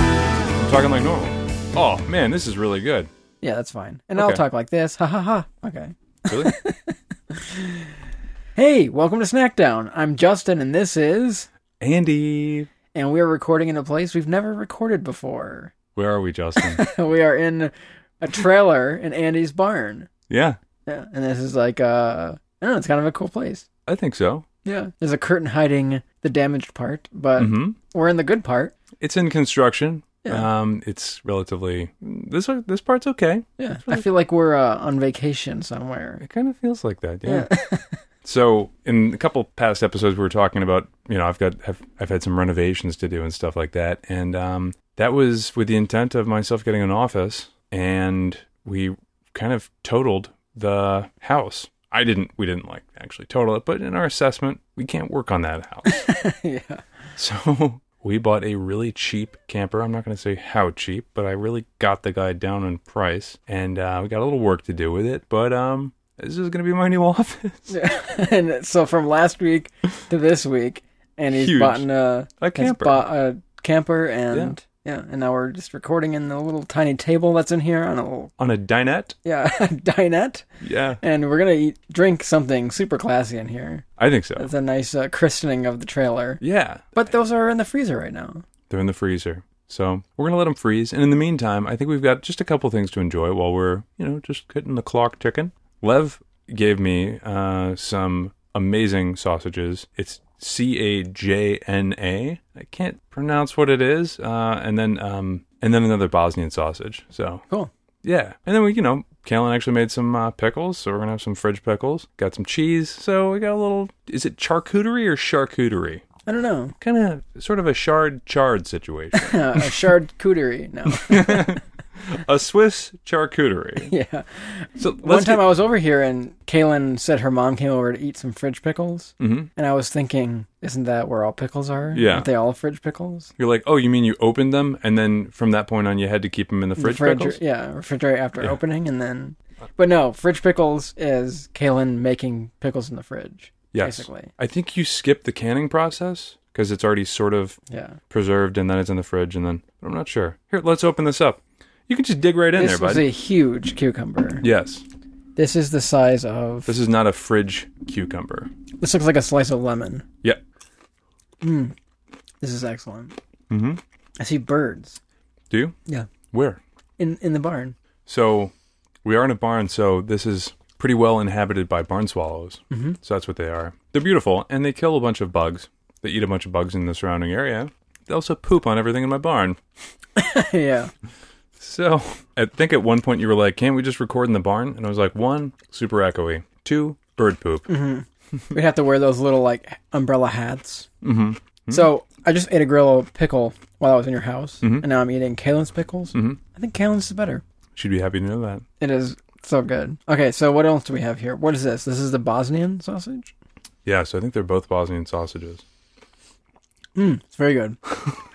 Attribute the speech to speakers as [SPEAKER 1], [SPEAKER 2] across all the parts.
[SPEAKER 1] I'm talking like normal. Oh man, this is really good.
[SPEAKER 2] Yeah, that's fine. And I'll
[SPEAKER 1] Okay.
[SPEAKER 2] talk like this. Ha ha ha. Okay.
[SPEAKER 1] Really?
[SPEAKER 2] Hey, welcome to Snackdown. I'm Justin, and this is.
[SPEAKER 1] Andy,
[SPEAKER 2] And we are recording in a place we've never recorded before.
[SPEAKER 1] where are we, Justin?
[SPEAKER 2] we are in a trailer in Andy's barn.
[SPEAKER 1] yeah,
[SPEAKER 2] Yeah, and this is like uh, I don't know, it's kind of a cool place.
[SPEAKER 1] I think so.
[SPEAKER 2] Yeah, there's a curtain hiding the damaged part, but
[SPEAKER 1] hmm
[SPEAKER 2] we're in the good part.
[SPEAKER 1] It's in construction.
[SPEAKER 2] Yeah.
[SPEAKER 1] Um, it's relatively this this part's okay.
[SPEAKER 2] Yeah, I feel like we're uh, on vacation somewhere.
[SPEAKER 1] It kind of feels like that. Yeah. So in a couple past episodes, we were talking about you know I've got I've, I've had some renovations to do and stuff like that, and um, that was with the intent of myself getting an office, and we kind of totaled the house. I didn't. We didn't like actually total it, but in our assessment, we can't work on that house.
[SPEAKER 2] yeah,
[SPEAKER 1] So we bought a really cheap camper. I'm not going to say how cheap, but I really got the guy down in price, and uh, we got a little work to do with it. But um, this is going to be my new office.
[SPEAKER 2] and so from last week to this week, and he's
[SPEAKER 1] Huge.
[SPEAKER 2] bought uh, a
[SPEAKER 1] A camper.
[SPEAKER 2] bought a uh, camper, and yeah. and now we're just recording in the little tiny table that's in here on a little
[SPEAKER 1] on a dinette.
[SPEAKER 2] yeah dinette,
[SPEAKER 1] Yeah,
[SPEAKER 2] and we're gonna eat drink something super classy in here.
[SPEAKER 1] I think so.
[SPEAKER 2] That's a nice uh, christening of the trailer.
[SPEAKER 1] Yeah,
[SPEAKER 2] But those are in the freezer right now.
[SPEAKER 1] they're in the freezer. So we're gonna let them freeze, and in the meantime, I think we've got just a couple things to enjoy while we're, you know, just getting the clock ticking. Lev gave me uh, some amazing sausages. It's C A J N A. I can't pronounce what it is. Uh, and then, um, and then another Bosnian sausage. So
[SPEAKER 2] Cool.
[SPEAKER 1] yeah, and then we, you know, Kalen actually made some uh, pickles, so we're gonna have some fridge pickles. Got some cheese, so we got a little. Is it charcuterie or charcuterie?
[SPEAKER 2] I don't know.
[SPEAKER 1] Kind of, sort of a shard chard situation.
[SPEAKER 2] Uh, a charcuterie. No.
[SPEAKER 1] a Swiss charcuterie.
[SPEAKER 2] yeah.
[SPEAKER 1] So let's
[SPEAKER 2] One time I was over here and Kaylin said her mom came over to eat some fridge pickles.
[SPEAKER 1] hmm
[SPEAKER 2] And I was thinking, isn't that where all pickles are?
[SPEAKER 1] Yeah.
[SPEAKER 2] Aren't they all fridge pickles?
[SPEAKER 1] You're like, oh, you mean you opened them, and then from that point on, you had to keep them in the
[SPEAKER 2] The
[SPEAKER 1] fridge,
[SPEAKER 2] refriger-
[SPEAKER 1] pickles?
[SPEAKER 2] Yeah, refrigerate after
[SPEAKER 1] Yeah.
[SPEAKER 2] opening and then. But no, fridge pickles is Kaylin making pickles in the fridge.
[SPEAKER 1] Yes.
[SPEAKER 2] Basically.
[SPEAKER 1] I think you skip the canning process because it's already sort of
[SPEAKER 2] Yeah.
[SPEAKER 1] preserved, and then it's in the fridge, and then I'm not sure. Here, let's open this up. You can just dig right in
[SPEAKER 2] this
[SPEAKER 1] there,
[SPEAKER 2] was
[SPEAKER 1] bud.
[SPEAKER 2] a huge cucumber.
[SPEAKER 1] Yes,
[SPEAKER 2] This is the size of.
[SPEAKER 1] this is not a fridge cucumber.
[SPEAKER 2] This looks like a slice of lemon.
[SPEAKER 1] Yeah.
[SPEAKER 2] This is excellent.
[SPEAKER 1] Mm-hmm.
[SPEAKER 2] I see birds.
[SPEAKER 1] Do you?
[SPEAKER 2] Yeah.
[SPEAKER 1] Where?
[SPEAKER 2] In in the barn.
[SPEAKER 1] So we are in a barn, so this is pretty well inhabited by barn swallows. Mm-hmm. So that's what they are. They're beautiful, and they kill a bunch of bugs. They eat a bunch of bugs in the surrounding area. They also poop on everything in my barn.
[SPEAKER 2] yeah.
[SPEAKER 1] So I think at one point you were like, "Can't we just record in the barn?" And I was like, "One, super echoey. Two, bird poop."
[SPEAKER 2] We'd have to wear those little like umbrella hats.
[SPEAKER 1] Mm-hmm.
[SPEAKER 2] So I just ate a Grillo pickle while I was in your house,
[SPEAKER 1] Mm-hmm.
[SPEAKER 2] and now I'm eating Kalen's pickles.
[SPEAKER 1] Mhm.
[SPEAKER 2] I think Kalen's is better.
[SPEAKER 1] She'd be happy to know that.
[SPEAKER 2] It is so good. Okay, so what else do we have here? What is this? This is the Bosnian sausage.
[SPEAKER 1] Yeah. So I think they're both Bosnian sausages.
[SPEAKER 2] Mm, it's very good.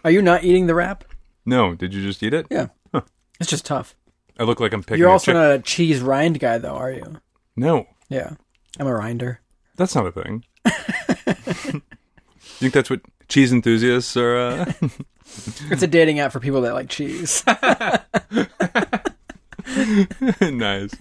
[SPEAKER 2] Are you not eating the wrap?
[SPEAKER 1] No, did you just eat it?
[SPEAKER 2] Yeah. It's just tough.
[SPEAKER 1] I look like I'm picking.
[SPEAKER 2] You're
[SPEAKER 1] a
[SPEAKER 2] also
[SPEAKER 1] chick-
[SPEAKER 2] not a cheese rind guy, though, are you?
[SPEAKER 1] no.
[SPEAKER 2] Yeah. I'm a rinder.
[SPEAKER 1] That's not a thing. you think that's what cheese enthusiasts are? Uh...
[SPEAKER 2] It's a dating app for people that like cheese.
[SPEAKER 1] nice.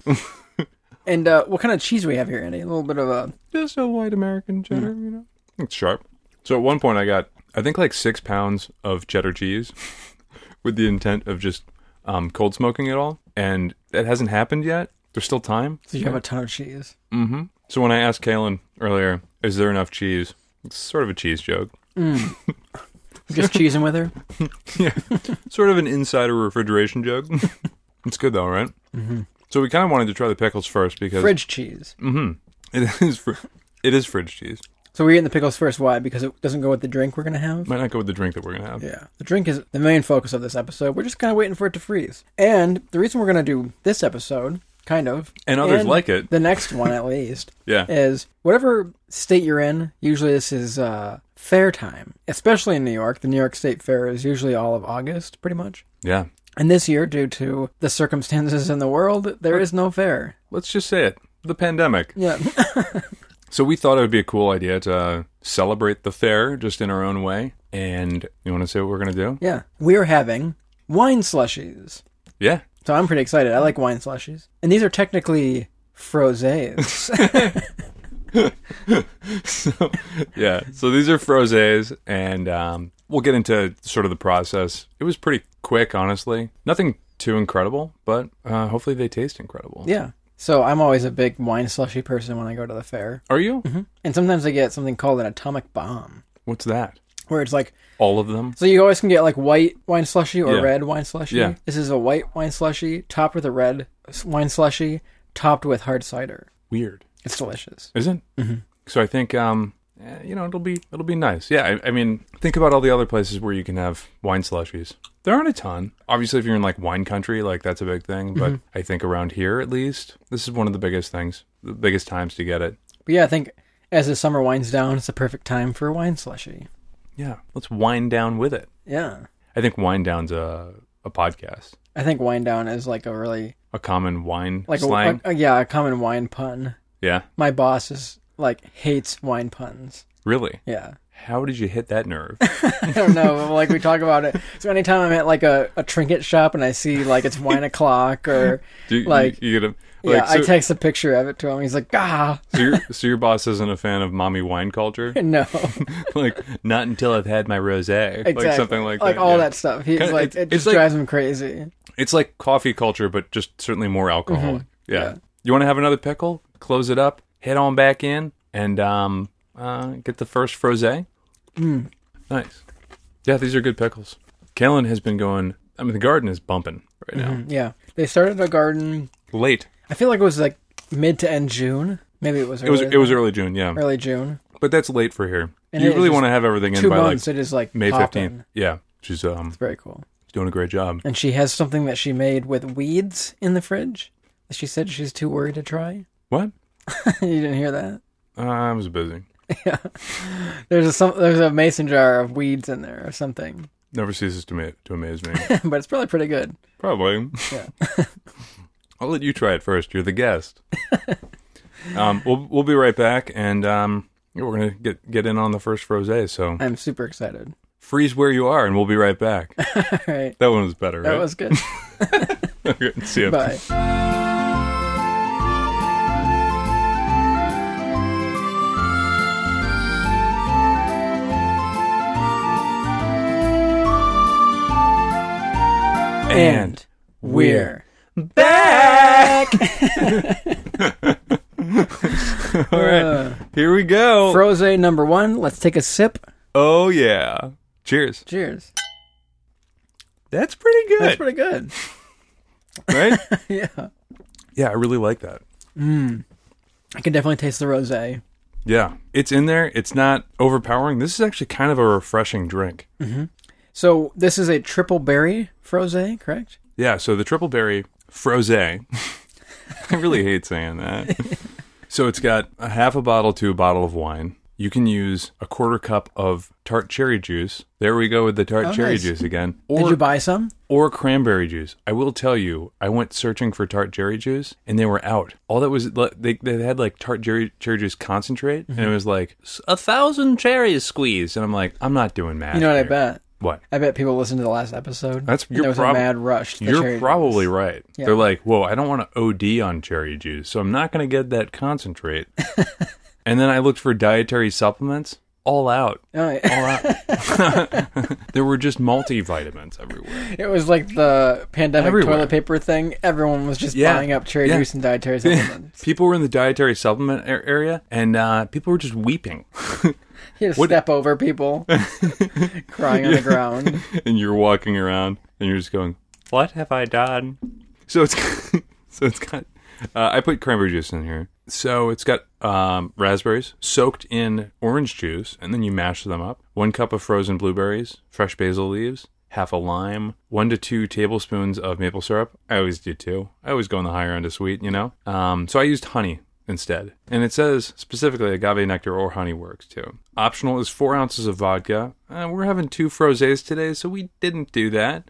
[SPEAKER 2] and uh, what kind of cheese do we have here, Andy? A little bit of a
[SPEAKER 1] Just a white American cheddar,
[SPEAKER 2] Mm.
[SPEAKER 1] you know? It's sharp. So at one point, I got, I think, like six pounds of cheddar cheese with the intent of just um, cold smoking it all. And that hasn't happened yet. There's still time.
[SPEAKER 2] so you have a ton of cheese.
[SPEAKER 1] Mm-hmm. So when I asked Kalen earlier, is there enough cheese? It's sort of a cheese joke.
[SPEAKER 2] Just cheesing with her.
[SPEAKER 1] sort of an insider refrigeration joke. it's good though, right? Mm-hmm. So we kind of wanted to try the pickles first because
[SPEAKER 2] Fridge cheese.
[SPEAKER 1] Mhm. It is fr- it is fridge cheese.
[SPEAKER 2] So we're eating the pickles first. Why? Because it doesn't go with the drink we're gonna have.
[SPEAKER 1] Might not go with the drink that we're gonna have.
[SPEAKER 2] Yeah, the drink is the main focus of this episode. We're just kind of waiting for it to freeze. And the reason we're gonna do this episode, kind of,
[SPEAKER 1] And others like it.
[SPEAKER 2] the next one at least,
[SPEAKER 1] Yeah.
[SPEAKER 2] is whatever state you're in. Usually, this is uh, fair time, especially in New York. The New York State Fair is usually all of August, pretty much.
[SPEAKER 1] Yeah.
[SPEAKER 2] And this year, due to the circumstances in the world, there is no fair.
[SPEAKER 1] Let's just say it. The pandemic.
[SPEAKER 2] Yeah.
[SPEAKER 1] So we thought it would be a cool idea to uh, celebrate the fair just in our own way. And you want to say what we're gonna do?
[SPEAKER 2] yeah. We're having wine slushies.
[SPEAKER 1] Yeah.
[SPEAKER 2] So I'm pretty excited. I like wine slushies. And these are technically frosés.
[SPEAKER 1] so, yeah. So these are froses, and um, we'll get into sort of the process. It was pretty quick, honestly. Nothing too incredible, but uh, hopefully they taste incredible.
[SPEAKER 2] yeah. So I'm always a big wine slushy person when I go to the fair.
[SPEAKER 1] Are you?
[SPEAKER 2] And sometimes I get something called an atomic bomb,
[SPEAKER 1] What's that?
[SPEAKER 2] where it's like
[SPEAKER 1] All of them?
[SPEAKER 2] So you always can get like white wine slushy or
[SPEAKER 1] Yeah.
[SPEAKER 2] red wine slushy.
[SPEAKER 1] Yeah.
[SPEAKER 2] This is a white wine slushy topped with a red s- wine slushy topped with hard cider.
[SPEAKER 1] Weird,
[SPEAKER 2] It's delicious.
[SPEAKER 1] isn't? it?
[SPEAKER 2] Mm-hmm.
[SPEAKER 1] So I think um, eh, you know it'll be it'll be nice. Yeah. I, I mean, think about all the other places where you can have wine slushies. There aren't a ton. Obviously, if you're in like wine country, like that's a big thing. But
[SPEAKER 2] Mm-hmm.
[SPEAKER 1] I think around here, at least, this is one of the biggest things, the biggest times to get it.
[SPEAKER 2] But yeah, I think as the summer winds down, it's the perfect time for a wine slushy.
[SPEAKER 1] Yeah. Let's wind down with it.
[SPEAKER 2] Yeah.
[SPEAKER 1] I think wind down's a a podcast,
[SPEAKER 2] I think wine down is like a really
[SPEAKER 1] a common wine
[SPEAKER 2] like a,
[SPEAKER 1] slang.
[SPEAKER 2] a- yeah, a common wine pun.
[SPEAKER 1] yeah,
[SPEAKER 2] My boss is like hates wine puns.
[SPEAKER 1] really.
[SPEAKER 2] Yeah.
[SPEAKER 1] How did you hit that nerve?
[SPEAKER 2] I don't know. but, like we talk about it. So anytime I'm at like a, a trinket shop and I see like it's wine o'clock or
[SPEAKER 1] Do you,
[SPEAKER 2] Like-
[SPEAKER 1] you, you get a,
[SPEAKER 2] yeah,
[SPEAKER 1] like, so,
[SPEAKER 2] I text a picture of it to him. He's like, ah,
[SPEAKER 1] so your, so your boss isn't a fan of mommy wine culture.
[SPEAKER 2] no,
[SPEAKER 1] like not until I've had my rosé,
[SPEAKER 2] exactly,
[SPEAKER 1] like something like, that.
[SPEAKER 2] all
[SPEAKER 1] yeah.
[SPEAKER 2] that stuff. He's
[SPEAKER 1] Kinda-
[SPEAKER 2] like,
[SPEAKER 1] it's-
[SPEAKER 2] it
[SPEAKER 1] it's
[SPEAKER 2] just
[SPEAKER 1] like-
[SPEAKER 2] drives him crazy.
[SPEAKER 1] It's like coffee culture, but just certainly more alcoholic. Yeah.
[SPEAKER 2] Mm-hmm. Yeah.
[SPEAKER 1] You want to have another pickle? Close it up, head on back in, and um, uh, get the first frosé.
[SPEAKER 2] Mm.
[SPEAKER 1] Nice. Yeah, these are good pickles. Kalen has been going. I mean, the garden is bumping right now.
[SPEAKER 2] Yeah, they started a garden.
[SPEAKER 1] Late.
[SPEAKER 2] I feel like it was like mid to end June. Maybe it was. Early,
[SPEAKER 1] It was it was early June, yeah.
[SPEAKER 2] early June.
[SPEAKER 1] But that's late for here.
[SPEAKER 2] And
[SPEAKER 1] you
[SPEAKER 2] it
[SPEAKER 1] really
[SPEAKER 2] is
[SPEAKER 1] want to have everything in
[SPEAKER 2] Two
[SPEAKER 1] by
[SPEAKER 2] months.
[SPEAKER 1] like
[SPEAKER 2] it is like
[SPEAKER 1] May
[SPEAKER 2] popping.
[SPEAKER 1] fifteenth. Yeah, she's um
[SPEAKER 2] Very cool.
[SPEAKER 1] doing a great job.
[SPEAKER 2] And she has something that she made with weeds in the fridge. that She said she's too worried to try.
[SPEAKER 1] What?
[SPEAKER 2] you didn't hear that?
[SPEAKER 1] Uh, I was busy.
[SPEAKER 2] There's a some, there's a mason jar of weeds in there or something,
[SPEAKER 1] Never ceases to ma- to amaze me.
[SPEAKER 2] but it's probably pretty good.
[SPEAKER 1] Probably.
[SPEAKER 2] Yeah.
[SPEAKER 1] I'll let you try it first. You're the guest. um, we'll we'll be right back, and um, yeah, we're gonna get get in on the first rosé. So
[SPEAKER 2] I'm super excited.
[SPEAKER 1] freeze where you are, and we'll be right back.
[SPEAKER 2] All right,
[SPEAKER 1] That one was better.
[SPEAKER 2] that
[SPEAKER 1] right?
[SPEAKER 2] was good.
[SPEAKER 1] Okay, See ya.
[SPEAKER 2] Bye.
[SPEAKER 1] And
[SPEAKER 2] we're
[SPEAKER 1] back. All right,
[SPEAKER 2] Uh,
[SPEAKER 1] here we go.
[SPEAKER 2] Froze number one. Let's take a sip.
[SPEAKER 1] oh yeah. Cheers.
[SPEAKER 2] Cheers.
[SPEAKER 1] That's pretty good,
[SPEAKER 2] That's pretty good.
[SPEAKER 1] right?
[SPEAKER 2] yeah.
[SPEAKER 1] yeah, I really like that.
[SPEAKER 2] I can definitely taste the rose. I
[SPEAKER 1] Yeah, it's in there. It's not overpowering. This is actually kind of a refreshing drink.
[SPEAKER 2] So this is a triple berry froze, correct?
[SPEAKER 1] Yeah, so the triple berry frosé. I really hate saying that. so it's got a half a bottle to a bottle of wine. You can use a quarter cup of tart cherry juice. There we go with the tart
[SPEAKER 2] Oh,
[SPEAKER 1] cherry
[SPEAKER 2] nice.
[SPEAKER 1] juice again.
[SPEAKER 2] Did
[SPEAKER 1] Or
[SPEAKER 2] you buy some?
[SPEAKER 1] or cranberry juice. I will tell you, I went searching for tart cherry juice and they were out. All that was they they had like tart cherry cherry juice concentrate and
[SPEAKER 2] Mm-hmm.
[SPEAKER 1] it was like "S- a thousand cherries squeezed and I'm like, I'm not doing math.
[SPEAKER 2] You know what I
[SPEAKER 1] here."
[SPEAKER 2] bet?
[SPEAKER 1] What?
[SPEAKER 2] I bet people listened to the last episode.
[SPEAKER 1] That's-
[SPEAKER 2] and
[SPEAKER 1] you're
[SPEAKER 2] there was
[SPEAKER 1] prob-
[SPEAKER 2] a mad rush. to the
[SPEAKER 1] You're
[SPEAKER 2] cherry juice.
[SPEAKER 1] probably right.
[SPEAKER 2] Yeah.
[SPEAKER 1] They're like, whoa, I don't want to OD on cherry juice, so I'm not going to get that concentrate. and then I looked for dietary supplements, all out.
[SPEAKER 2] Oh, yeah.
[SPEAKER 1] All out. there were just multivitamins everywhere.
[SPEAKER 2] it was like the pandemic
[SPEAKER 1] Everywhere.
[SPEAKER 2] toilet paper thing. Everyone was just
[SPEAKER 1] Yeah.
[SPEAKER 2] buying up cherry
[SPEAKER 1] Yeah.
[SPEAKER 2] juice and dietary supplements.
[SPEAKER 1] People were in the dietary supplement a- area, and uh, people were just weeping.
[SPEAKER 2] You had to step over people, crying on the ground.
[SPEAKER 1] and you're walking around, and you're just going, "What have I done?" So it's so it's got. Uh, I put cranberry juice in here. So it's got um, raspberries soaked in orange juice, and then you mash them up. One cup of frozen blueberries, fresh basil leaves, half a lime, one to two tablespoons of maple syrup. I always do two. I always go on the higher end of sweet, you know. Um, so I used honey instead, and it says specifically agave nectar or honey works too. Optional is four ounces of vodka. Uh, we're having two frosés today, so we didn't do that.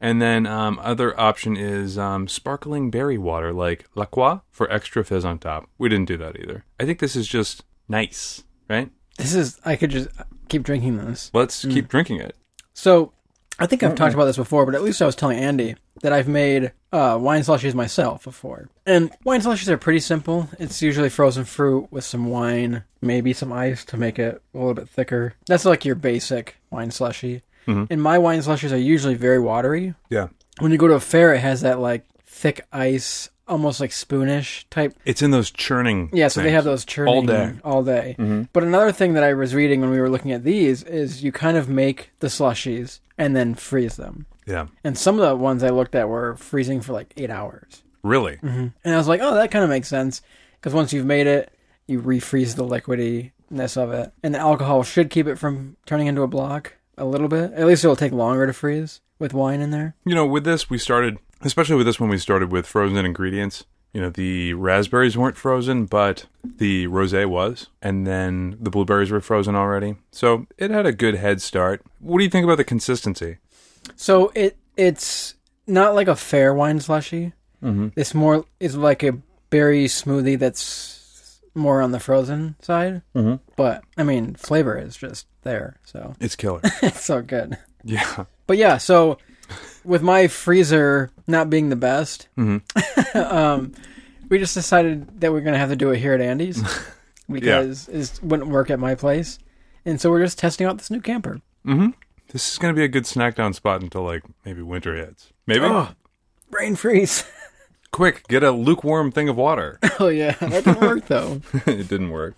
[SPEAKER 1] And then um, other option is um, sparkling berry water like La Croix for extra fizz on top. We didn't do that either. I think this is just nice, right?
[SPEAKER 2] This is. I could just keep drinking this.
[SPEAKER 1] Let's keep drinking it.
[SPEAKER 2] So I think I've talked about this before, but at least I was telling Andy that I've made uh, wine slushies myself before. And wine slushies are pretty simple. It's usually frozen fruit with some wine, maybe some ice to make it a little bit thicker. That's like your basic wine slushie. And my wine slushies are usually very watery.
[SPEAKER 1] Yeah.
[SPEAKER 2] When you go to a fair, it has that like thick ice, almost like spoonish type
[SPEAKER 1] It's in those churning.
[SPEAKER 2] yeah, so they
[SPEAKER 1] things.
[SPEAKER 2] have those churning
[SPEAKER 1] day.
[SPEAKER 2] all day. But another thing that I was reading when we were looking at these is you kind of make the slushies and then freeze them.
[SPEAKER 1] Yeah.
[SPEAKER 2] And some of the ones I looked at were freezing for like eight hours.
[SPEAKER 1] Really?
[SPEAKER 2] And I was like, oh, that kind of makes sense because once you've made it, you refreeze the liquidiness of it, and the alcohol should keep it from turning into a block a little bit. At least it'll take longer to freeze with wine in there.
[SPEAKER 1] You know, with this, we started, especially with this one, we started with frozen ingredients. You know, the raspberries weren't frozen, but the rosé was, and then the blueberries were frozen already. So it had a good head start. What do you think about the consistency?
[SPEAKER 2] So it it's not like a fair wine slushy. Mm-hmm. It's more it's like a berry smoothie that's more on the frozen side. Mm-hmm. But I mean, flavor is just there, so
[SPEAKER 1] It's killer.
[SPEAKER 2] it's so good.
[SPEAKER 1] yeah.
[SPEAKER 2] But yeah, so with my freezer not being the best, um, we just decided that we're gonna have to do it here at Andy's because it wouldn't work at my place, and so we're just testing out this new camper.
[SPEAKER 1] This is going to be a good snack down spot until like maybe winter hits. Maybe?
[SPEAKER 2] Oh, brain freeze!
[SPEAKER 1] Quick, get a lukewarm thing of water.
[SPEAKER 2] oh yeah, that didn't work though.
[SPEAKER 1] it didn't work.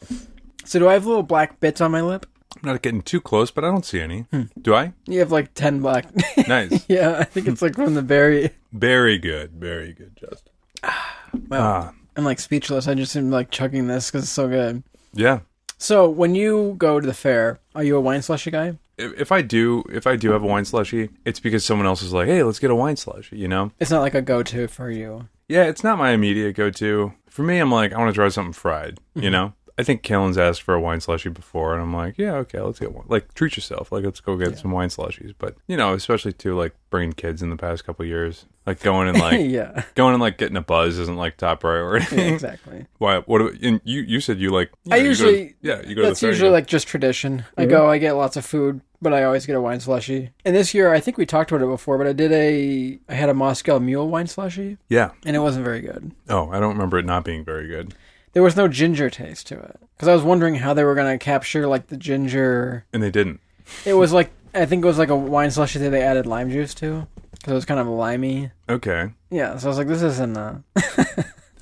[SPEAKER 2] So do I have little black bits on my lip?
[SPEAKER 1] I'm not getting too close, but I don't see any. Do I?
[SPEAKER 2] You have like ten black.
[SPEAKER 1] Nice.
[SPEAKER 2] yeah, I think it's like from the berry.
[SPEAKER 1] very good. Very good, Justin. Ah,
[SPEAKER 2] Wow, I'm like speechless. I just am like chugging this because it's so good.
[SPEAKER 1] Yeah.
[SPEAKER 2] So when you go to the fair, are you a wine slushy guy?
[SPEAKER 1] if if I do, if I do have a wine slushy, it's because someone else is like, "Hey, let's get a wine slushy," you know?
[SPEAKER 2] It's not like a go-to for you.
[SPEAKER 1] Yeah, it's not my immediate go-to. For me, I'm like, I want to try something fried,
[SPEAKER 2] Mm-hmm.
[SPEAKER 1] you know? I think Killen's asked for a wine slushy before, and I'm like, yeah, okay, let's get one. Like, treat yourself. Like, let's go get some wine slushies. But you know, especially to like bringing kids in the past couple years, like going and like
[SPEAKER 2] yeah,
[SPEAKER 1] going and like getting a buzz isn't like top priority.
[SPEAKER 2] yeah, exactly.
[SPEAKER 1] Why? What? do- And you you said you like? you
[SPEAKER 2] I
[SPEAKER 1] know, you go to-
[SPEAKER 2] usually-
[SPEAKER 1] yeah, Mm-hmm. you go to the
[SPEAKER 2] That's
[SPEAKER 1] fair, you
[SPEAKER 2] usually
[SPEAKER 1] go-
[SPEAKER 2] like just tradition. I go, I get lots of food, but I always get a wine slushy. And this year, I think we talked about it before, but I did a, I had a Moscow Mule wine slushy,
[SPEAKER 1] yeah.
[SPEAKER 2] and it wasn't very good.
[SPEAKER 1] Oh, I don't remember it not being very good.
[SPEAKER 2] There was no ginger taste to it because I was wondering how they were gonna capture like the ginger.
[SPEAKER 1] And they didn't.
[SPEAKER 2] It was like I think it was like a wine slushy that they added lime juice to because it was kind of limey.
[SPEAKER 1] Okay.
[SPEAKER 2] Yeah, so I was like, this isn't. Uh...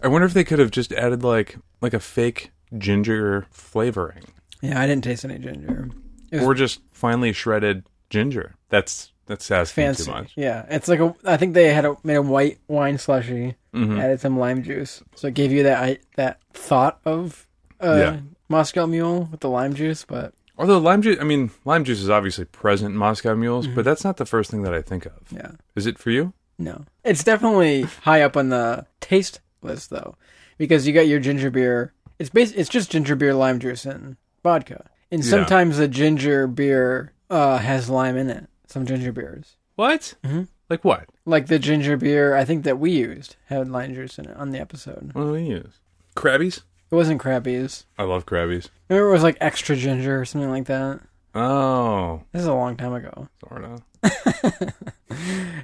[SPEAKER 1] I wonder if they could have just added like like a fake ginger flavoring,
[SPEAKER 2] Yeah, I didn't taste any ginger. It was
[SPEAKER 1] or just finely shredded ginger. That's that's asking
[SPEAKER 2] fancy.
[SPEAKER 1] too much.
[SPEAKER 2] Yeah, it's like a. I think they had a, made a white wine slushy,
[SPEAKER 1] Mm. Mm-hmm.
[SPEAKER 2] added some lime juice, so it gave you that I, that thought of uh,
[SPEAKER 1] Yeah.
[SPEAKER 2] Moscow Mule with the lime juice. But
[SPEAKER 1] Although lime juice, I mean, lime juice is obviously present in Moscow mules, but that's not the first thing that I think of.
[SPEAKER 2] yeah,
[SPEAKER 1] Is it for you?
[SPEAKER 2] no, it's definitely high up on the taste list though, because you got your ginger beer. It's bas- It's just ginger beer, lime juice, and vodka. And
[SPEAKER 1] Yeah.
[SPEAKER 2] sometimes the ginger beer uh, has lime in it. Some ginger beers.
[SPEAKER 1] What?
[SPEAKER 2] Mhm.
[SPEAKER 1] Like what?
[SPEAKER 2] Like the ginger beer, I think that we used had lime juice in it on the episode.
[SPEAKER 1] What do we use? Krabbies.
[SPEAKER 2] It wasn't crappies.
[SPEAKER 1] I love Krabbies.
[SPEAKER 2] Remember, it was like extra ginger or something like that.
[SPEAKER 1] Oh,
[SPEAKER 2] This is a long time ago.
[SPEAKER 1] sorta,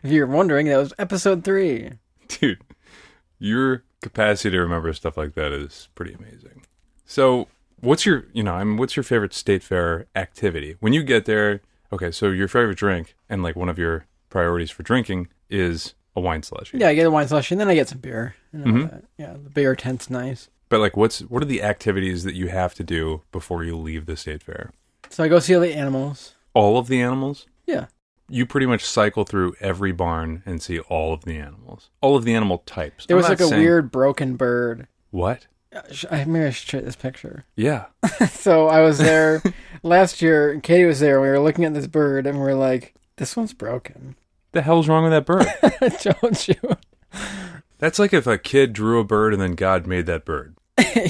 [SPEAKER 2] If you're wondering, that was episode three.
[SPEAKER 1] dude. Your capacity to remember stuff like that is pretty amazing. So, what's your, you know, I mean, what's your favorite state fair activity? When you get there, okay, so your favorite drink and like one of your priorities for drinking is a wine slushy.
[SPEAKER 2] Yeah, I get a wine slushie and then I get some beer. And all that. Yeah, the beer tent's nice.
[SPEAKER 1] But like, what's, what are the activities that you have to do before you leave the state fair?
[SPEAKER 2] So I go see all the animals.
[SPEAKER 1] All of the animals?
[SPEAKER 2] Yeah.
[SPEAKER 1] You pretty much cycle through every barn and see all of the animals, all of the animal types.
[SPEAKER 2] There
[SPEAKER 1] I'm
[SPEAKER 2] was
[SPEAKER 1] not
[SPEAKER 2] like a
[SPEAKER 1] saying-
[SPEAKER 2] weird broken bird.
[SPEAKER 1] What?
[SPEAKER 2] Uh, sh- I maybe I should show you this picture.
[SPEAKER 1] Yeah.
[SPEAKER 2] So I was there last year. and Katie was there. and We were looking at this bird and we are like, "This one's broken."
[SPEAKER 1] the hell's wrong with that bird?
[SPEAKER 2] Don't you?
[SPEAKER 1] That's like if a kid drew a bird and then God made that bird.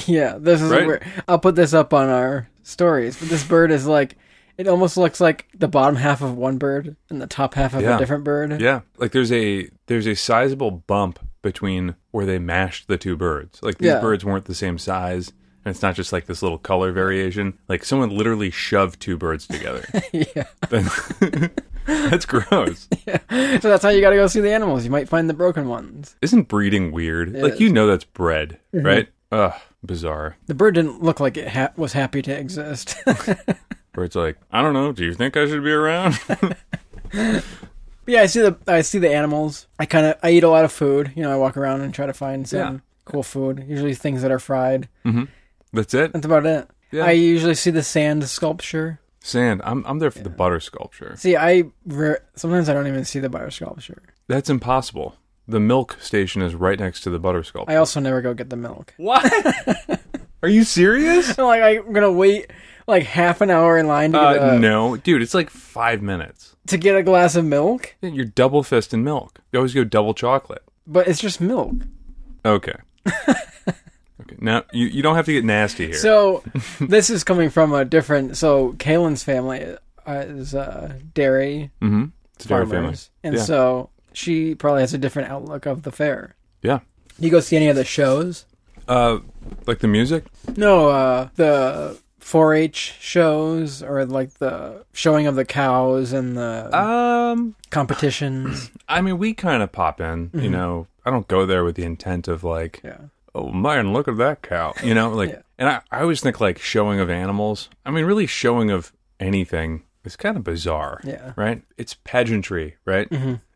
[SPEAKER 2] yeah, this is
[SPEAKER 1] Right?
[SPEAKER 2] weird. I'll put this up on our stories. But this bird is like, it almost looks like the bottom half of one bird and the top half of
[SPEAKER 1] Yeah.
[SPEAKER 2] a different bird.
[SPEAKER 1] Yeah. Like there's a there's a sizable bump between where they mashed the two birds. Like these
[SPEAKER 2] Yeah.
[SPEAKER 1] birds weren't the same size and it's not just like this little color variation. Like someone literally shoved two birds together.
[SPEAKER 2] Yeah.
[SPEAKER 1] Then- That's gross.
[SPEAKER 2] so that's how you got to go see the animals. You might find the broken ones.
[SPEAKER 1] Isn't breeding weird?
[SPEAKER 2] It
[SPEAKER 1] like
[SPEAKER 2] is. Mm-hmm.
[SPEAKER 1] you know that's bread, right? Ugh, bizarre.
[SPEAKER 2] The bird didn't look like it ha- was happy to exist. But
[SPEAKER 1] Where it's like, I don't know. Do you think I should be around?
[SPEAKER 2] yeah, I see the I see the animals. I kind of I eat a lot of food. You know, I walk around and try to find some
[SPEAKER 1] Yeah.
[SPEAKER 2] cool food. Usually things that are fried.
[SPEAKER 1] That's it.
[SPEAKER 2] That's about it.
[SPEAKER 1] Yeah.
[SPEAKER 2] I usually see the sand sculpture.
[SPEAKER 1] Sand. I'm I'm there for the butter sculpture.
[SPEAKER 2] See, I re- sometimes I don't even see the butter sculpture.
[SPEAKER 1] That's impossible. The milk station is right next to the butter sculpture.
[SPEAKER 2] I also never go get the milk.
[SPEAKER 1] what? Are you serious?
[SPEAKER 2] So, like I'm gonna wait like half an hour in line to, get
[SPEAKER 1] Uh,
[SPEAKER 2] a,
[SPEAKER 1] no, dude. It's like five minutes.
[SPEAKER 2] to get a glass of milk,
[SPEAKER 1] Yeah, You're double fisting milk. You always go double chocolate.
[SPEAKER 2] but it's just milk.
[SPEAKER 1] Okay. okay. Now you, you don't have to get nasty here.
[SPEAKER 2] So this is coming from a different. So Kaylin's family uh, is uh, dairy
[SPEAKER 1] mm-hmm. It's a dairy family.
[SPEAKER 2] farmers, and
[SPEAKER 1] Yeah.
[SPEAKER 2] so she probably has a different outlook of the fair.
[SPEAKER 1] Yeah.
[SPEAKER 2] Do you go see any of the shows?
[SPEAKER 1] Uh, like the music.
[SPEAKER 2] No, uh, the 4-H shows or like the showing of the cows and the
[SPEAKER 1] Um,
[SPEAKER 2] competitions.
[SPEAKER 1] I mean, we kind of pop in. You know, I don't go there with the intent of like,
[SPEAKER 2] Mm-hmm. yeah.
[SPEAKER 1] oh man, look at that cow. You know, like,
[SPEAKER 2] Yeah.
[SPEAKER 1] and I, I always think like showing of animals. I mean, really showing of anything is kind of bizarre.
[SPEAKER 2] Yeah. Mm-hmm.
[SPEAKER 1] Right. It's pageantry, right?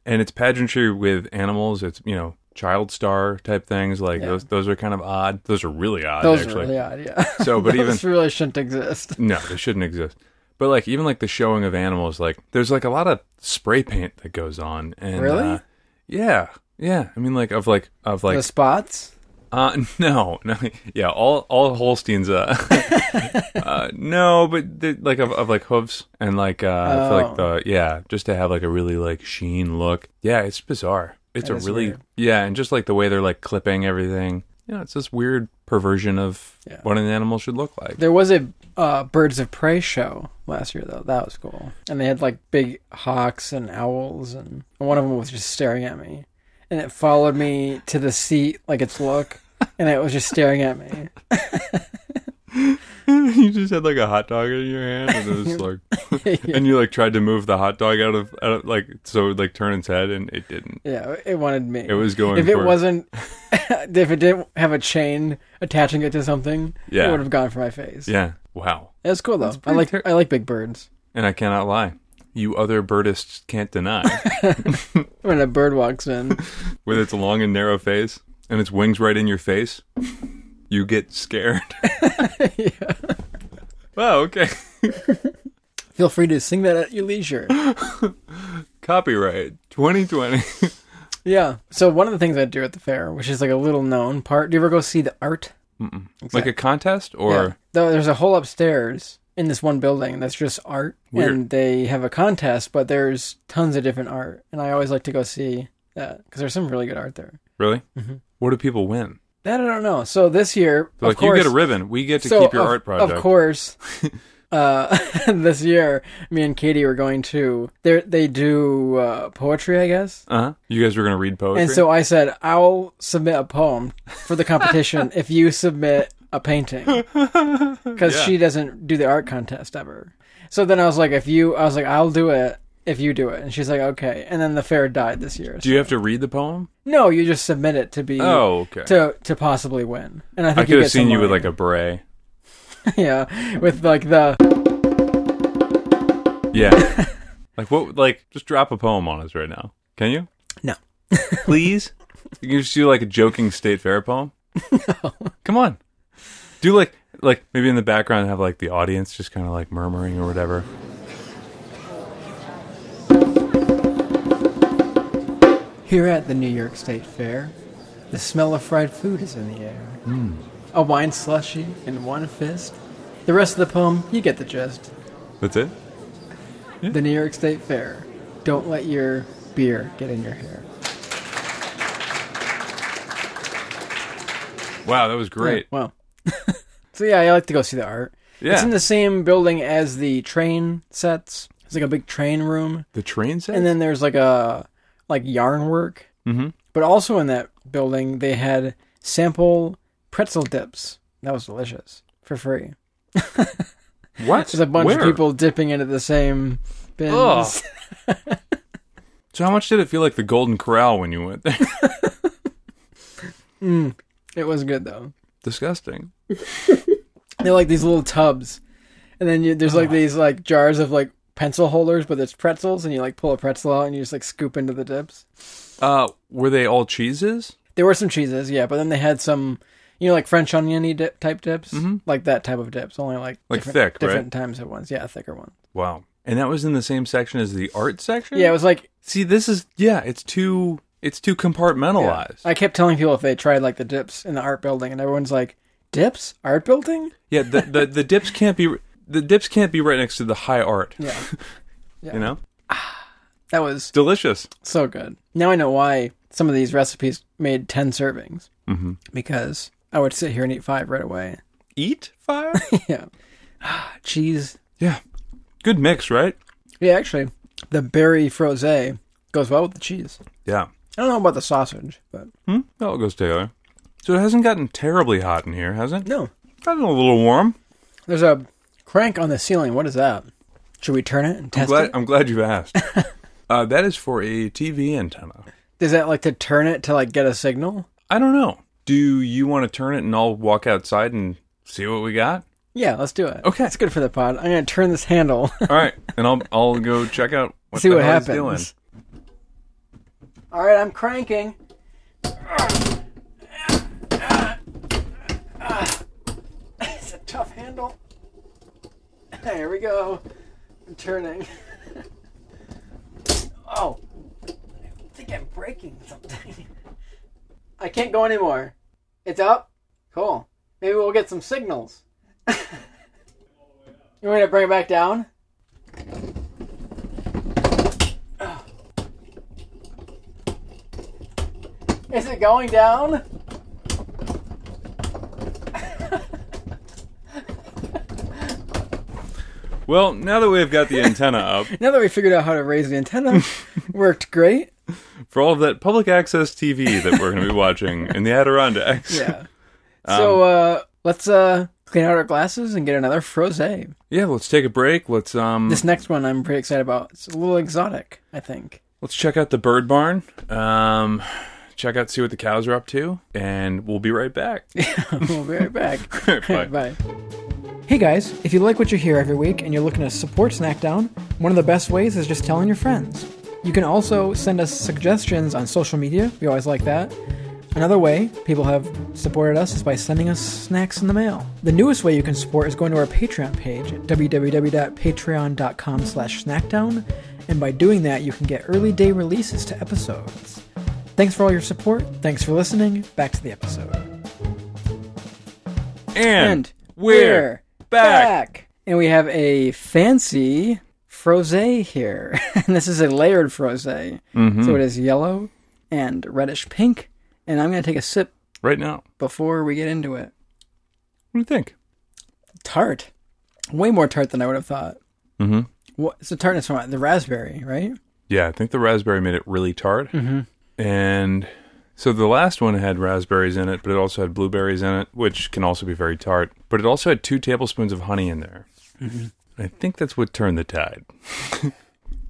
[SPEAKER 1] And it's pageantry with animals. It's you know child star type things like
[SPEAKER 2] Yeah.
[SPEAKER 1] those. Those are kind of odd. Those are really odd.
[SPEAKER 2] Those
[SPEAKER 1] actually.
[SPEAKER 2] are really odd, yeah.
[SPEAKER 1] So, but even
[SPEAKER 2] Those really shouldn't exist.
[SPEAKER 1] No, they shouldn't exist. But like even like the showing of animals, like there's like a lot of spray paint that goes on. And,
[SPEAKER 2] Really?
[SPEAKER 1] uh, yeah, yeah. I mean, like of like of like
[SPEAKER 2] the spots?
[SPEAKER 1] uh, no, no, yeah. All all Holsteins. Uh, uh, no, but the, like of, of like hooves and like uh, I feel like
[SPEAKER 2] Oh.
[SPEAKER 1] the yeah, just to have like a really like sheen look. Yeah, it's bizarre. It's
[SPEAKER 2] That
[SPEAKER 1] a
[SPEAKER 2] is
[SPEAKER 1] really
[SPEAKER 2] weird.
[SPEAKER 1] yeah, and just like the way they're like clipping everything. You know, it's this weird perversion of
[SPEAKER 2] Yeah.
[SPEAKER 1] what an animal should look like.
[SPEAKER 2] There was a uh, Birds of Prey show last year, though. That was cool. And they had like big hawks and owls, and one of them was just staring at me. And it followed me to the seat, like its look, and it was just staring at me.
[SPEAKER 1] you just had like a hot dog in your hand and it was like and you like tried to move the hot dog out of, out of like so it would, like turn its head and it didn't
[SPEAKER 2] Yeah, it wanted me.
[SPEAKER 1] it was going
[SPEAKER 2] if it
[SPEAKER 1] for,
[SPEAKER 2] wasn't, if it didn't have a chain attaching it to something,
[SPEAKER 1] Yeah.
[SPEAKER 2] it would have gone for my face.
[SPEAKER 1] yeah wow
[SPEAKER 2] It was cool though. I
[SPEAKER 1] pretty
[SPEAKER 2] like
[SPEAKER 1] ter-
[SPEAKER 2] I like big birds.
[SPEAKER 1] and i cannot lie you other birdists can't deny
[SPEAKER 2] When a bird walks in,
[SPEAKER 1] with its long and narrow face and its wings right in your face you get scared wow okay
[SPEAKER 2] feel free to sing that at your leisure.
[SPEAKER 1] copyright 2020
[SPEAKER 2] Yeah. So one of the things I do at the fair, which is like a little known part, do you ever go see the art?
[SPEAKER 1] like a contest or
[SPEAKER 2] Yeah. Though there's a whole upstairs in this one building that's just art,
[SPEAKER 1] Weird.
[SPEAKER 2] and they have a contest, but there's tons of different art, and I always like to go see that because there's some really good art there.
[SPEAKER 1] really what do people win
[SPEAKER 2] That I don't know. So this year, Mm-hmm. of
[SPEAKER 1] like
[SPEAKER 2] course,
[SPEAKER 1] you get a ribbon we get to
[SPEAKER 2] so
[SPEAKER 1] keep your
[SPEAKER 2] of,
[SPEAKER 1] art project
[SPEAKER 2] Of course. Uh, this year, me and Katie were going to. They they do uh, poetry, I guess.
[SPEAKER 1] Uh-huh. You guys were going to read poetry?
[SPEAKER 2] And so I said, I'll submit a poem for the competition if you submit a painting. Because
[SPEAKER 1] Yeah.
[SPEAKER 2] she doesn't do the art contest ever. So then I was like, if you, I was like, I'll do it if you do it. And she's like, okay. And then the fair died this year.
[SPEAKER 1] Do you have to read the poem?
[SPEAKER 2] no, you just submit it to be,
[SPEAKER 1] Oh, okay.
[SPEAKER 2] to, to possibly win. And I think
[SPEAKER 1] I could
[SPEAKER 2] you
[SPEAKER 1] have seen you with like a beret.
[SPEAKER 2] a, yeah, with like the,
[SPEAKER 1] Yeah. like what like just drop a poem on us right now. Can you?
[SPEAKER 2] No.
[SPEAKER 1] Please? You can just do like a joking state fair poem? No. Come on. Do like like maybe in the background have like the audience just kind of like murmuring or whatever.
[SPEAKER 2] Here at the New York State Fair, the smell of fried food is in the air.
[SPEAKER 1] Hmm.
[SPEAKER 2] A wine slushy in one fist. The rest of the poem, you get the gist.
[SPEAKER 1] That's it?
[SPEAKER 2] The New York State Fair. Don't let your beer get in your hair.
[SPEAKER 1] Wow, that was great.
[SPEAKER 2] Wow. so yeah, I like to go see the art. It's
[SPEAKER 1] Yeah.
[SPEAKER 2] in the same building as the train sets. It's like a big train room,
[SPEAKER 1] The train set?
[SPEAKER 2] and then there's like a like yarn work.
[SPEAKER 1] Mhm.
[SPEAKER 2] But also in that building, they had sample pretzel dips. That was delicious for free.
[SPEAKER 1] what?
[SPEAKER 2] There's a bunch
[SPEAKER 1] Where?
[SPEAKER 2] of people dipping into the same bins.
[SPEAKER 1] So how much did it feel like the Golden Corral when you went there?
[SPEAKER 2] Mm, it was good though.
[SPEAKER 1] Disgusting.
[SPEAKER 2] They're like these little tubs, and then you,
[SPEAKER 1] Oh.
[SPEAKER 2] there's like these like jars of like pencil holders, but it's pretzels, and you like pull a pretzel out and you just like scoop into the dips.
[SPEAKER 1] Uh, were they all cheeses?
[SPEAKER 2] There were some cheeses, yeah, but then they had some, you know, like French oniony dip type dips,
[SPEAKER 1] Mhm.
[SPEAKER 2] like that type of dips, only like
[SPEAKER 1] Like
[SPEAKER 2] different,
[SPEAKER 1] thick, right?
[SPEAKER 2] different times of ones, yeah, thicker ones.
[SPEAKER 1] Wow. And that was in the same section as the art section.
[SPEAKER 2] Yeah, it was like
[SPEAKER 1] See, this is yeah. It's too. It's too compartmentalized. Yeah.
[SPEAKER 2] I kept telling people if they tried like the dips in the art building, and everyone's like, "Dips, art building."
[SPEAKER 1] the, the the dips can't be the dips can't be right next to the high art.
[SPEAKER 2] Yeah, Yeah.
[SPEAKER 1] You know,
[SPEAKER 2] that was
[SPEAKER 1] delicious.
[SPEAKER 2] so good. Now I know why some of these recipes made ten servings
[SPEAKER 1] Mm-hmm.
[SPEAKER 2] because I would sit here and eat five right away.
[SPEAKER 1] Eat fire.
[SPEAKER 2] yeah,
[SPEAKER 1] Ah,
[SPEAKER 2] cheese.
[SPEAKER 1] yeah. Good mix, right?
[SPEAKER 2] Yeah, actually, the berry frosé goes well with the cheese.
[SPEAKER 1] Yeah.
[SPEAKER 2] I don't know about the sausage, but
[SPEAKER 1] Hmm. That all goes together. So it hasn't gotten terribly hot in here, has it?
[SPEAKER 2] no,
[SPEAKER 1] Gotten a little warm.
[SPEAKER 2] there's a crank on the ceiling. What is that? Should we turn it and
[SPEAKER 1] I'm
[SPEAKER 2] test
[SPEAKER 1] glad,
[SPEAKER 2] it?
[SPEAKER 1] I'm glad you asked. uh, that is for a TV antenna.
[SPEAKER 2] Is that like to turn it to like get a signal?
[SPEAKER 1] I don't know. Do you want to turn it and I'll walk outside and see what we got?
[SPEAKER 2] Yeah, let's do it.
[SPEAKER 1] Okay.
[SPEAKER 2] It's good for the pod. I'm going to turn this handle.
[SPEAKER 1] All right, and I'll I'll go check out what
[SPEAKER 2] See
[SPEAKER 1] the
[SPEAKER 2] what
[SPEAKER 1] hell
[SPEAKER 2] happens.
[SPEAKER 1] he's doing.
[SPEAKER 2] All right, I'm cranking. It's a tough handle. There we go. I'm turning. Oh, I think I'm breaking something. I can't go anymore. It's up. Cool. Maybe we'll get some signals. you want me to bring it back down? Is it going down?
[SPEAKER 1] Well, now that we've got the antenna up
[SPEAKER 2] Now that we figured out how to raise the antenna, worked great.
[SPEAKER 1] for all of that public access TV that we're going to be watching in the Adirondacks,
[SPEAKER 2] Yeah. so uh, let's uh, clean out our glasses and get another frosé.
[SPEAKER 1] Yeah, let's take a break. Let's um,
[SPEAKER 2] This next one I'm pretty excited about. It's a little exotic, I think.
[SPEAKER 1] let's check out the bird barn. Um, check out see what the cows are up to, and we'll be right back.
[SPEAKER 2] we'll be right back.
[SPEAKER 1] Bye.
[SPEAKER 2] Hey guys, if you like what you hear every week and you're looking to support Snackdown, one of the best ways is just telling your friends. You can also send us suggestions on social media. We always like that. Another way people have supported us is by sending us snacks in the mail. The newest way you can support is going to our Patreon page at www.patreon.com slash snackdown, and by doing that you can get early day releases to episodes. Thanks for all your support. Thanks for listening. Back to the episode.
[SPEAKER 1] And, we're back.
[SPEAKER 2] And we have a fancy frosé here. and this is a layered frosé.
[SPEAKER 1] Mm-hmm.
[SPEAKER 2] So it is yellow and reddish pink. And I'm going to take a sip
[SPEAKER 1] right now.
[SPEAKER 2] before we get into it.
[SPEAKER 1] What do you think?
[SPEAKER 2] Tart. Way more tart than I would have thought.
[SPEAKER 1] Mm-hmm.
[SPEAKER 2] What, it's the tartness from the raspberry, right?
[SPEAKER 1] Yeah, I think the raspberry made it really tart. Mm-hmm. And so the last one had raspberries in it, but it also had blueberries in it, which can also be very tart. But it also had two tablespoons of honey in there.
[SPEAKER 2] Mm-hmm.
[SPEAKER 1] I think that's what turned the tide.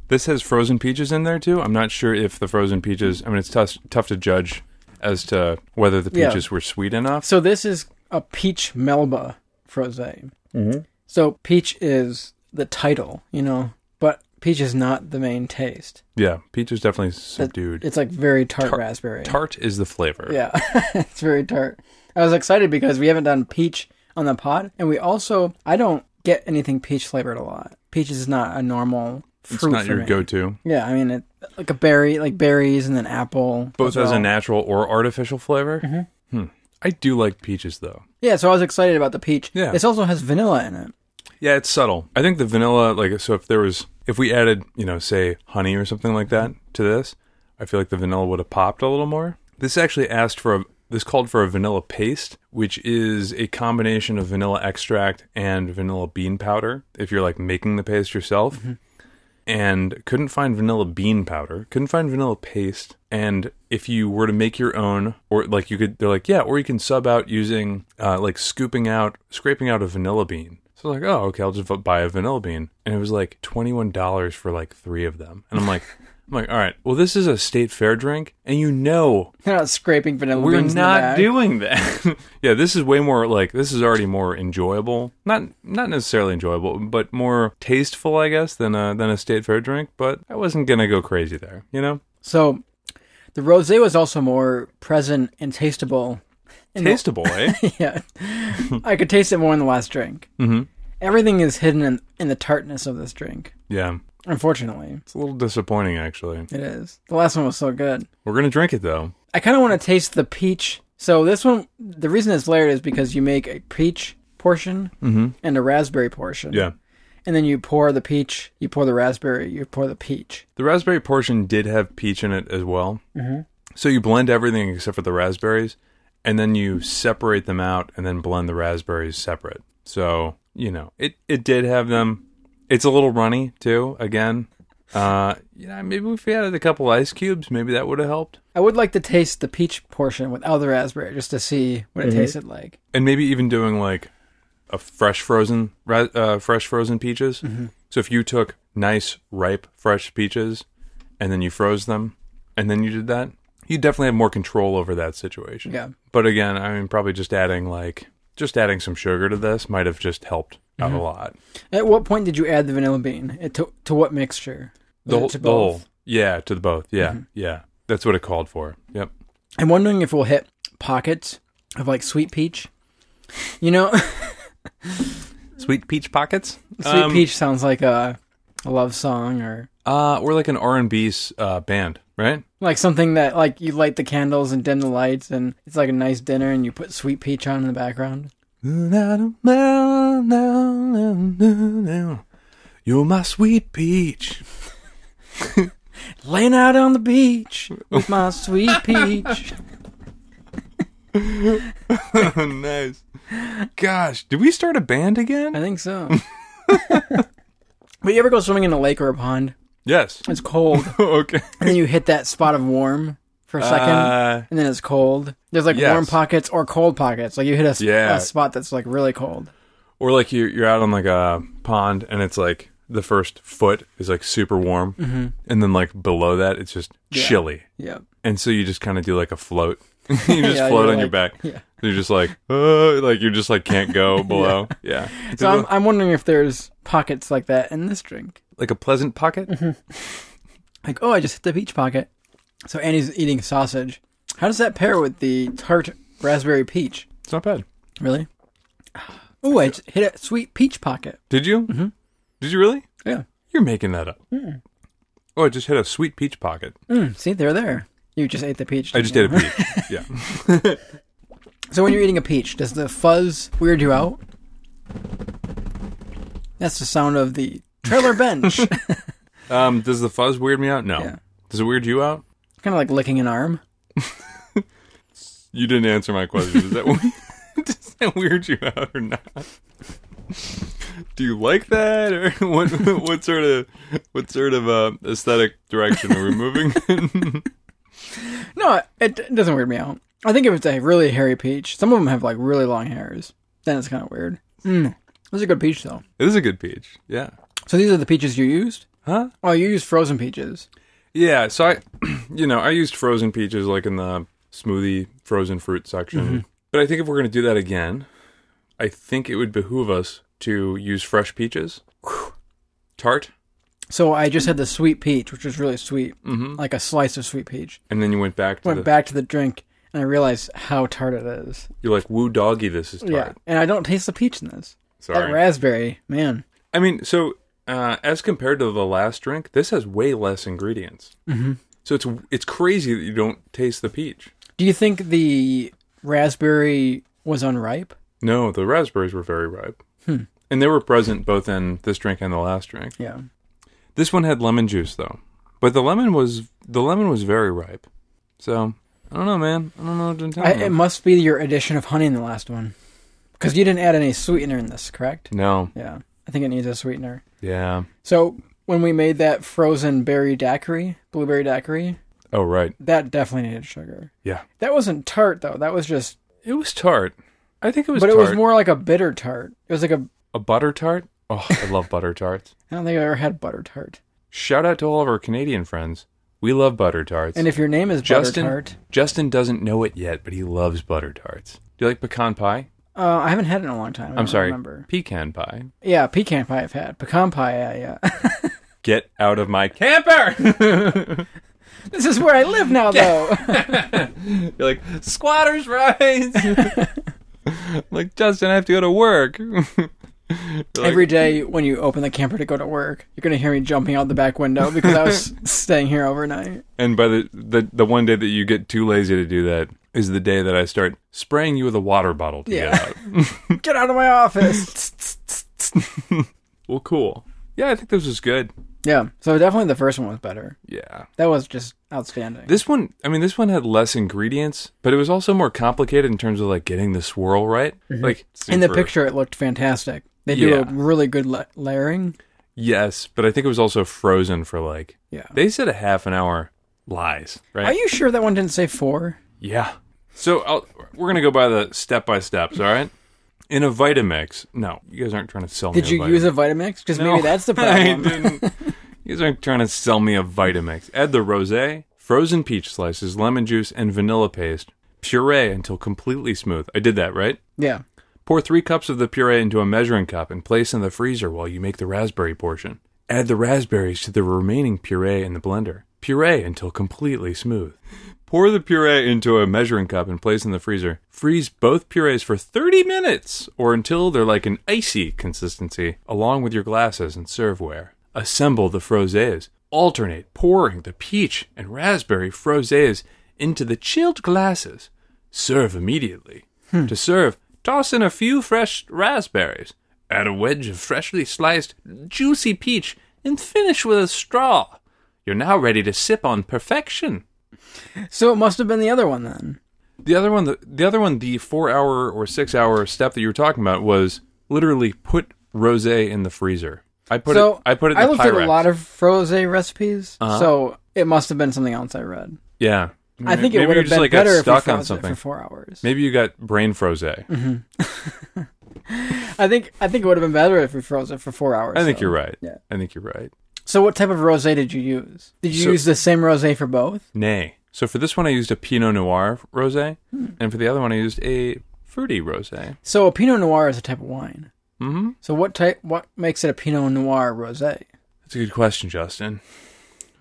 [SPEAKER 1] this has frozen peaches in there too. I'm not sure if the frozen peaches. I mean, it's tough tough to judge as to whether the
[SPEAKER 2] Yeah.
[SPEAKER 1] peaches were sweet enough.
[SPEAKER 2] So this is a peach melba frosé. Mm-hmm. So peach is the title, you know, but peach is not the main taste.
[SPEAKER 1] Yeah, peach is definitely subdued.
[SPEAKER 2] It's like very tart,
[SPEAKER 1] Tart-
[SPEAKER 2] raspberry.
[SPEAKER 1] Tart is the flavor.
[SPEAKER 2] Yeah, it's very tart. I was excited because we haven't done peach on the pod, and we also I don't get anything peach flavored a lot. Peach is not a normal fruit.
[SPEAKER 1] it's not
[SPEAKER 2] for
[SPEAKER 1] your
[SPEAKER 2] me.
[SPEAKER 1] go-to,
[SPEAKER 2] Yeah, I mean, it, like a berry, like berries, and then apple.
[SPEAKER 1] both as
[SPEAKER 2] well.
[SPEAKER 1] a natural or artificial flavor. Hmm. I do like peaches though.
[SPEAKER 2] yeah. So I was excited about the peach.
[SPEAKER 1] Yeah.
[SPEAKER 2] this also has vanilla in it.
[SPEAKER 1] Yeah, it's subtle. I think the vanilla, like, so if there was, if we added, you know, say honey or something like that to this, I feel like the vanilla would have popped a little more. This actually asked for a, this called for a vanilla paste, which is a combination of vanilla extract and vanilla bean powder if you're like making the paste yourself. And couldn't find vanilla bean powder, couldn't find vanilla paste. And if you were to make your own, or like you could, they're like, yeah, or you can sub out using, uh, like scooping out, scraping out a vanilla bean So I'm like, oh, okay, I'll just vo- buy a vanilla bean. And it was like $21 for like three of them. And I'm like, I'm like, all right, well, this is a state fair drink. And you know,
[SPEAKER 2] They're not scraping vanilla
[SPEAKER 1] we're
[SPEAKER 2] beans. in the
[SPEAKER 1] not
[SPEAKER 2] bag.
[SPEAKER 1] doing that. yeah, this is way more like, this is already more enjoyable. Not not necessarily enjoyable, but more tasteful, I guess, than a, than a state fair drink. But I wasn't going to go crazy there, you know?
[SPEAKER 2] So the rosé was also more present and tasteable. in the-
[SPEAKER 1] Tasteable, eh?
[SPEAKER 2] yeah, I could taste it more in the last drink.
[SPEAKER 1] hmm
[SPEAKER 2] Everything is hidden in, in the tartness of this drink.
[SPEAKER 1] Yeah.
[SPEAKER 2] Unfortunately,
[SPEAKER 1] It's a little disappointing, actually.
[SPEAKER 2] it is. The last one was so good.
[SPEAKER 1] We're going to drink it, though.
[SPEAKER 2] I kind of want to taste the peach. So this one, the reason it's layered is because you make a peach portion
[SPEAKER 1] Mm-hmm.
[SPEAKER 2] and a raspberry portion.
[SPEAKER 1] Yeah.
[SPEAKER 2] And then you pour the peach, you pour the raspberry, you pour the peach.
[SPEAKER 1] The raspberry portion did have peach in it as well.
[SPEAKER 2] Mm-hmm.
[SPEAKER 1] So you blend everything except for the raspberries, and then you separate them out, and then blend the raspberries separate. So you know, it it did have them. It's a little runny too. Again, uh, you know, maybe if we added a couple ice cubes, maybe that would have helped.
[SPEAKER 2] I would like to taste the peach portion without the raspberry just to see what
[SPEAKER 1] Mm-hmm.
[SPEAKER 2] it tasted like.
[SPEAKER 1] and maybe even doing like a fresh frozen ra- uh, fresh frozen peaches.
[SPEAKER 2] Mm-hmm.
[SPEAKER 1] So if you took nice ripe fresh peaches and then you froze them and then you did that, you definitely have more control over that situation.
[SPEAKER 2] Yeah.
[SPEAKER 1] But again, I mean probably just adding like just adding some sugar to this might have just helped out
[SPEAKER 2] Mm-hmm.
[SPEAKER 1] a lot.
[SPEAKER 2] At what point did you add the vanilla bean? It to, to what mixture? Was
[SPEAKER 1] The
[SPEAKER 2] it
[SPEAKER 1] whole,
[SPEAKER 2] to
[SPEAKER 1] the whole,
[SPEAKER 2] both? Mm-hmm.
[SPEAKER 1] yeah, to the both. Yeah. Yeah. That's what it called for. Yep.
[SPEAKER 2] I'm wondering if we'll hit pockets of like sweet peach. You know,
[SPEAKER 1] Sweet peach pockets.
[SPEAKER 2] sweet peach sounds like a, a love song or
[SPEAKER 1] Uh, we're like an R&B uh, band, right?
[SPEAKER 2] like something that like you light the candles and dim the lights and it's like a nice dinner and you put sweet peach on in the background.
[SPEAKER 1] You're my sweet peach.
[SPEAKER 2] Laying out on the beach with my sweet peach.
[SPEAKER 1] nice. Gosh, did we start a band
[SPEAKER 2] I
[SPEAKER 1] again?
[SPEAKER 2] think so. but you ever go swimming in a lake or a pond?
[SPEAKER 1] Yes.
[SPEAKER 2] It's cold,
[SPEAKER 1] okay.
[SPEAKER 2] and then you hit that spot of warm for a second,
[SPEAKER 1] Uh,
[SPEAKER 2] and then it's cold. There's like
[SPEAKER 1] yes.
[SPEAKER 2] warm pockets or cold pockets. Like you hit a, sp-
[SPEAKER 1] Yeah.
[SPEAKER 2] a spot that's like really cold.
[SPEAKER 1] or like you, you're out on like a pond and it's like the first foot is like super warm.
[SPEAKER 2] Mm-hmm.
[SPEAKER 1] And then like below that, it's just chilly.
[SPEAKER 2] Yep.
[SPEAKER 1] And so you just kind of do like a float. you just
[SPEAKER 2] Yeah,
[SPEAKER 1] float
[SPEAKER 2] you're
[SPEAKER 1] on your
[SPEAKER 2] like-
[SPEAKER 1] back.
[SPEAKER 2] yeah.
[SPEAKER 1] You're just like, uh, like you just like can't go below. yeah.
[SPEAKER 2] So I'm, I'm wondering if there's pockets like that in this drink.
[SPEAKER 1] like a pleasant pocket.
[SPEAKER 2] Mm-hmm. Like, oh, I just hit the peach pocket. So Annie's eating sausage. How does that pair with the tart raspberry peach?
[SPEAKER 1] It's not bad.
[SPEAKER 2] Really? Oh, I just hit a sweet peach pocket.
[SPEAKER 1] Did you? Mm-hmm. Did you really?
[SPEAKER 2] Yeah.
[SPEAKER 1] You're making that up. Oh, I just hit a sweet peach pocket.
[SPEAKER 2] Mm, see, they're there. You just ate the peach.
[SPEAKER 1] I
[SPEAKER 2] didn't
[SPEAKER 1] just
[SPEAKER 2] you?
[SPEAKER 1] did a peach. yeah.
[SPEAKER 2] So when you're eating a peach, does the fuzz weird you out? That's the sound of the trailer bench. kind
[SPEAKER 1] Um, does the fuzz weird me out? No.
[SPEAKER 2] Yeah.
[SPEAKER 1] Does it weird you out?
[SPEAKER 2] of like licking an arm.
[SPEAKER 1] You didn't answer my question. Does that we- does that weird you out or not? Do you like that, or what? What sort of what sort of uh, aesthetic direction are we moving? in?
[SPEAKER 2] No, it, it doesn't weird me out. I think if it's a really hairy peach, some of them have like really long hairs. Then it's kind of weird. Mm. This is a good peach though.
[SPEAKER 1] it is a good peach. Yeah.
[SPEAKER 2] So these are the peaches you used.
[SPEAKER 1] Huh?
[SPEAKER 2] Oh, you used frozen peaches.
[SPEAKER 1] Yeah, so I, you know, I used frozen peaches like in the smoothie frozen fruit section.
[SPEAKER 2] Mm-hmm.
[SPEAKER 1] But I think if we're going to do that again, I think it would behoove us to use fresh peaches. Tart.
[SPEAKER 2] So I just had the sweet peach, which was really sweet,
[SPEAKER 1] hmm
[SPEAKER 2] like a slice of sweet peach.
[SPEAKER 1] And then you went back to
[SPEAKER 2] Went
[SPEAKER 1] the,
[SPEAKER 2] back to the drink and I realized how tart it is.
[SPEAKER 1] you're like, woo doggy, this is tart.
[SPEAKER 2] Yeah, and I don't taste the peach in this.
[SPEAKER 1] Sorry.
[SPEAKER 2] That raspberry, man.
[SPEAKER 1] I mean, so uh, as compared to the last drink, this has way less ingredients. Mm-hmm. So it's it's crazy that you don't taste the peach.
[SPEAKER 2] Do you think the raspberry was unripe?
[SPEAKER 1] No, the raspberries were very ripe.
[SPEAKER 2] Hmm.
[SPEAKER 1] And they were present both in this drink and the last drink.
[SPEAKER 2] Yeah.
[SPEAKER 1] This one had lemon juice though, but the lemon was the lemon was very ripe. So I don't know, man. I don't know what to tell
[SPEAKER 2] I,
[SPEAKER 1] you.
[SPEAKER 2] it must be your addition of honey in the last one. Because you didn't add any sweetener in this, correct?
[SPEAKER 1] no,
[SPEAKER 2] Yeah. I think it needs a sweetener.
[SPEAKER 1] yeah.
[SPEAKER 2] So when we made that frozen berry daiquiri, blueberry daiquiri,
[SPEAKER 1] Oh right,
[SPEAKER 2] that definitely needed sugar.
[SPEAKER 1] yeah.
[SPEAKER 2] That wasn't tart though. That was just,
[SPEAKER 1] It was tart. I think it was.
[SPEAKER 2] but it was
[SPEAKER 1] tart.
[SPEAKER 2] more like a bitter tart. It was like a
[SPEAKER 1] a butter tart. Oh, I love butter tarts.
[SPEAKER 2] I don't think I've ever had butter tart.
[SPEAKER 1] Shout out to all of our Canadian friends. We love butter tarts.
[SPEAKER 2] And if your name is
[SPEAKER 1] Justin
[SPEAKER 2] butter tart,
[SPEAKER 1] Justin doesn't know it yet, but he loves butter tarts. Do you like pecan pie?
[SPEAKER 2] uh, I haven't had it in a long time. I
[SPEAKER 1] I'm
[SPEAKER 2] don't
[SPEAKER 1] sorry,
[SPEAKER 2] Remember?
[SPEAKER 1] pecan pie.
[SPEAKER 2] Yeah, pecan pie I've had. Pecan pie, yeah, yeah.
[SPEAKER 1] Get out of my camper!
[SPEAKER 2] this is where I live now, though.
[SPEAKER 1] You're like squatters' rights. like Justin, I have to go to work.
[SPEAKER 2] Every day when you open the camper to go to work, you're gonna hear me jumping out the back window because I was staying here overnight.
[SPEAKER 1] And by the, the the one day that you get too lazy to do that is the day that I start spraying you with a water bottle to
[SPEAKER 2] Yeah.
[SPEAKER 1] get out.
[SPEAKER 2] Get out of my office.
[SPEAKER 1] Well, cool. Yeah, I think this was good.
[SPEAKER 2] yeah. So definitely the first one was better.
[SPEAKER 1] Yeah.
[SPEAKER 2] That was just outstanding.
[SPEAKER 1] This one, I mean, this one had less ingredients, but it was also more complicated in terms of like getting the swirl right. Like
[SPEAKER 2] Mm-hmm. In the
[SPEAKER 1] super-
[SPEAKER 2] picture, it looked fantastic. They do
[SPEAKER 1] Yeah.
[SPEAKER 2] a really good la- layering.
[SPEAKER 1] Yes, but I think it was also frozen for like
[SPEAKER 2] Yeah.
[SPEAKER 1] they said a half an hour lies, right?
[SPEAKER 2] Are you sure that one didn't say four?
[SPEAKER 1] Yeah. So I'll, we're gonna go by the step by steps. All right. In a Vitamix. No, you guys aren't trying to sell
[SPEAKER 2] Did
[SPEAKER 1] me.
[SPEAKER 2] you
[SPEAKER 1] a
[SPEAKER 2] use a Vitamix? Because
[SPEAKER 1] No.
[SPEAKER 2] maybe that's the
[SPEAKER 1] I
[SPEAKER 2] problem.
[SPEAKER 1] didn't. You guys aren't trying to sell me a Vitamix. Add the rosé, frozen peach slices, lemon juice, and vanilla paste. Puree until completely smooth. I did that right.
[SPEAKER 2] yeah.
[SPEAKER 1] Pour three cups of the puree into a measuring cup and place in the freezer while you make the raspberry portion. Add the raspberries to the remaining puree in the blender. Puree until completely smooth. Pour the puree into a measuring cup and place in the freezer. Freeze both purees for 30 minutes or until they're like an icy consistency, along with your glasses and serveware. Assemble the froses. Alternate pouring the peach and raspberry froses into the chilled glasses. Serve immediately. To serve, toss in a few fresh raspberries, add a wedge of freshly sliced, juicy peach, and finish with a straw. You're now ready to sip on perfection.
[SPEAKER 2] So it must have been the other one then.
[SPEAKER 1] The other one, the, the other one, the four-hour or six-hour step that you were talking about was literally put rosé in the freezer. I put
[SPEAKER 2] so
[SPEAKER 1] it. I put it. In
[SPEAKER 2] I
[SPEAKER 1] the
[SPEAKER 2] looked at a
[SPEAKER 1] Pyrex.
[SPEAKER 2] lot of froze recipes,
[SPEAKER 1] Uh-huh.
[SPEAKER 2] so it must have been something else I read.
[SPEAKER 1] Yeah,
[SPEAKER 2] I think it
[SPEAKER 1] Maybe
[SPEAKER 2] would
[SPEAKER 1] you
[SPEAKER 2] have
[SPEAKER 1] just
[SPEAKER 2] been
[SPEAKER 1] like
[SPEAKER 2] better
[SPEAKER 1] got
[SPEAKER 2] if we
[SPEAKER 1] stuck
[SPEAKER 2] froze
[SPEAKER 1] on something.
[SPEAKER 2] it for Mm-hmm. four hours.
[SPEAKER 1] Maybe you got brain frosé.
[SPEAKER 2] I think I think it would have been better if we froze it for four hours.
[SPEAKER 1] I think
[SPEAKER 2] though.
[SPEAKER 1] you're right.
[SPEAKER 2] Yeah.
[SPEAKER 1] I think you're right.
[SPEAKER 2] So what type of rose did you use? Did you
[SPEAKER 1] So-
[SPEAKER 2] use the same rose for both?
[SPEAKER 1] Nay. So for this one, I used a Pinot Noir rosé, and for the other one, I used a fruity rosé.
[SPEAKER 2] So a Pinot Noir is a type of wine.
[SPEAKER 1] Mm-hmm.
[SPEAKER 2] So what type? What makes it a Pinot Noir rose?
[SPEAKER 1] That's a good question, Justin.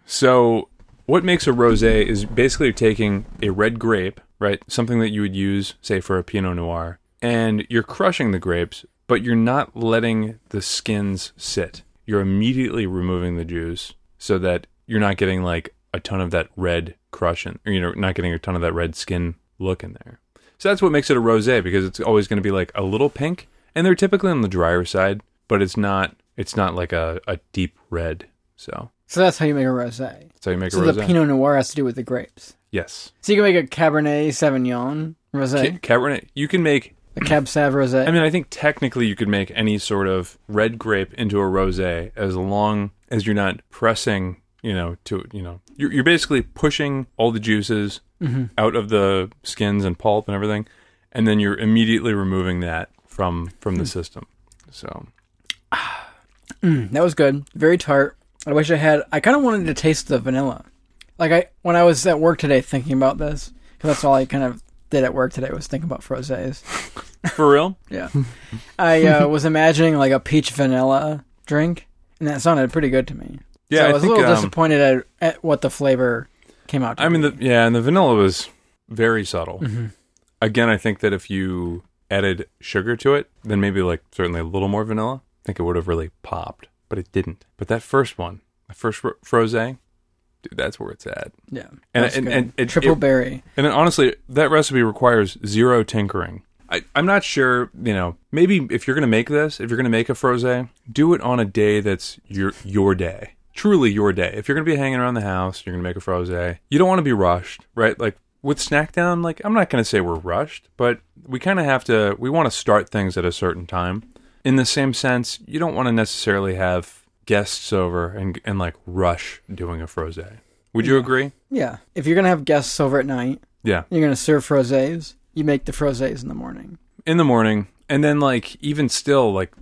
[SPEAKER 1] So what makes a rosé is basically taking a red grape, right? Something that you would use, say, for a Pinot Noir, and you're crushing the grapes, but you're not letting the skins sit. You're immediately removing the juice so that you're not getting like a ton of that red crush in, or, you know, not getting a ton of that red skin look in there. So that's what makes it a rosé because it's always going to be like a little pink, and they're typically on the drier side, but it's not. It's not like a, a deep red. So
[SPEAKER 2] So that's how you make a rose. So
[SPEAKER 1] that's how you make a
[SPEAKER 2] the
[SPEAKER 1] rosé.
[SPEAKER 2] Pinot Noir has to do with the grapes.
[SPEAKER 1] yes,
[SPEAKER 2] So you can make a Cabernet Sauvignon rose,
[SPEAKER 1] Ca- Cabernet. You can make.
[SPEAKER 2] a Cab Sav rose.
[SPEAKER 1] I mean, I think technically you could make any sort of red grape into a rosé as long as you're not pressing. You know, to you know, you're, you're basically pushing all the juices
[SPEAKER 2] Mm-hmm.
[SPEAKER 1] out of the skins and pulp and everything, and then you're immediately removing that from from
[SPEAKER 2] Hmm.
[SPEAKER 1] the system. So
[SPEAKER 2] Mm, That was good. Very tart. I wish I had. I kind of wanted to taste the vanilla. Like I when I was at work today thinking about this because that's all I kind of did at work today was think about frosés.
[SPEAKER 1] for real.
[SPEAKER 2] Yeah, I uh, was imagining like a peach vanilla drink, and that sounded pretty good to me.
[SPEAKER 1] Yeah,
[SPEAKER 2] so I,
[SPEAKER 1] I
[SPEAKER 2] was
[SPEAKER 1] think,
[SPEAKER 2] a little
[SPEAKER 1] um,
[SPEAKER 2] disappointed at, at what the flavor came out. To
[SPEAKER 1] I mean,
[SPEAKER 2] be.
[SPEAKER 1] the yeah, and the vanilla was very subtle.
[SPEAKER 2] Mm-hmm.
[SPEAKER 1] Again, I think that if you added sugar to it, then maybe like certainly a little more vanilla. I think it would have really popped, but it didn't. But that first one, the first fro- frosé, dude, that's where it's at.
[SPEAKER 2] yeah,
[SPEAKER 1] and-
[SPEAKER 2] that's
[SPEAKER 1] and-
[SPEAKER 2] good.
[SPEAKER 1] and it-
[SPEAKER 2] triple
[SPEAKER 1] it-
[SPEAKER 2] berry.
[SPEAKER 1] And then, honestly, that recipe requires zero tinkering. I, I'm not sure, you know, maybe if you're going to make this, if you're going to make a frosé, do it on a day that's your your day. Truly your day. If you're going to be hanging around the house, you're going to make a frosé. You don't want to be rushed, right? Like with Snackdown, like I'm not going to say we're rushed, but we kind of have to we want to start things at a certain time. In the same sense, you don't want to necessarily have guests over and and like rush doing a frosé. Would you agree?
[SPEAKER 2] Yeah, if you're gonna have guests over at night,
[SPEAKER 1] Yeah.
[SPEAKER 2] you're gonna serve frosés. You make the frosés in the morning.
[SPEAKER 1] in the morning and then like even still like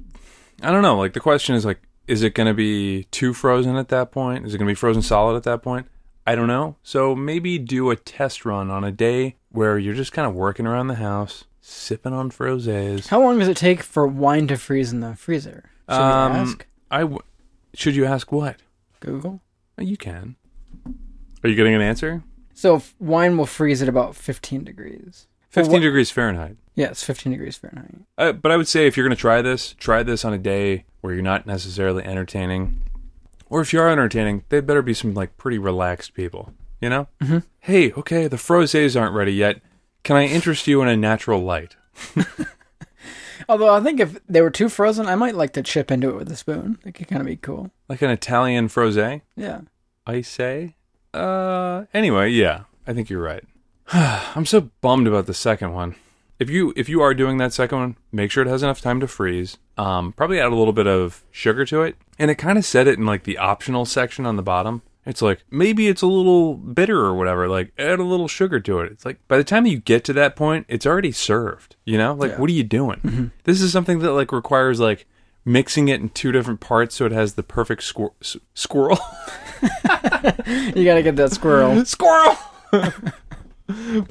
[SPEAKER 1] I don't know. Like the question is like, is it going to be too frozen at that point? Is it going to be frozen solid at that point? I don't know. So maybe do a test run on a day where you're just kind of working around the house, sipping on froses.
[SPEAKER 2] How long does it take for wine to freeze in the freezer? Should
[SPEAKER 1] Um,
[SPEAKER 2] we ask
[SPEAKER 1] I w- should you ask what?
[SPEAKER 2] Google?
[SPEAKER 1] You can. Are you getting an answer?
[SPEAKER 2] So f- wine will freeze at about 15 degrees.
[SPEAKER 1] 15
[SPEAKER 2] Well, wh-
[SPEAKER 1] degrees Fahrenheit.
[SPEAKER 2] Yes, 15 degrees Fahrenheit.
[SPEAKER 1] Uh, but I would say if you're going to try this, try this on a day where you're not necessarily entertaining. Or if you are entertaining, they better be some like pretty relaxed people, you know? Mm-hmm. Hey, okay, the frosés aren't ready yet. Can I interest you in a natural light?
[SPEAKER 2] Although I think if they were too frozen, I might like to chip into it with a spoon. It could kind of be cool.
[SPEAKER 1] Like an Italian frosé?
[SPEAKER 2] Yeah.
[SPEAKER 1] I say. Uh anyway, yeah. I think you're right. I'm so bummed about the second one. If you if you are doing that second one, make sure it has enough time to freeze. Um probably add a little bit of sugar to it. And it kind of said it in like the optional section on the bottom. It's like maybe it's a little bitter or whatever, like add a little sugar to it. It's like by the time you get to that point, it's already served, you know? Like
[SPEAKER 2] Yeah.
[SPEAKER 1] what are you doing? This is something that like requires like mixing it in two different parts so it has the perfect squir- s- squirrel
[SPEAKER 2] You got to get that squirrel.
[SPEAKER 1] squirrel. but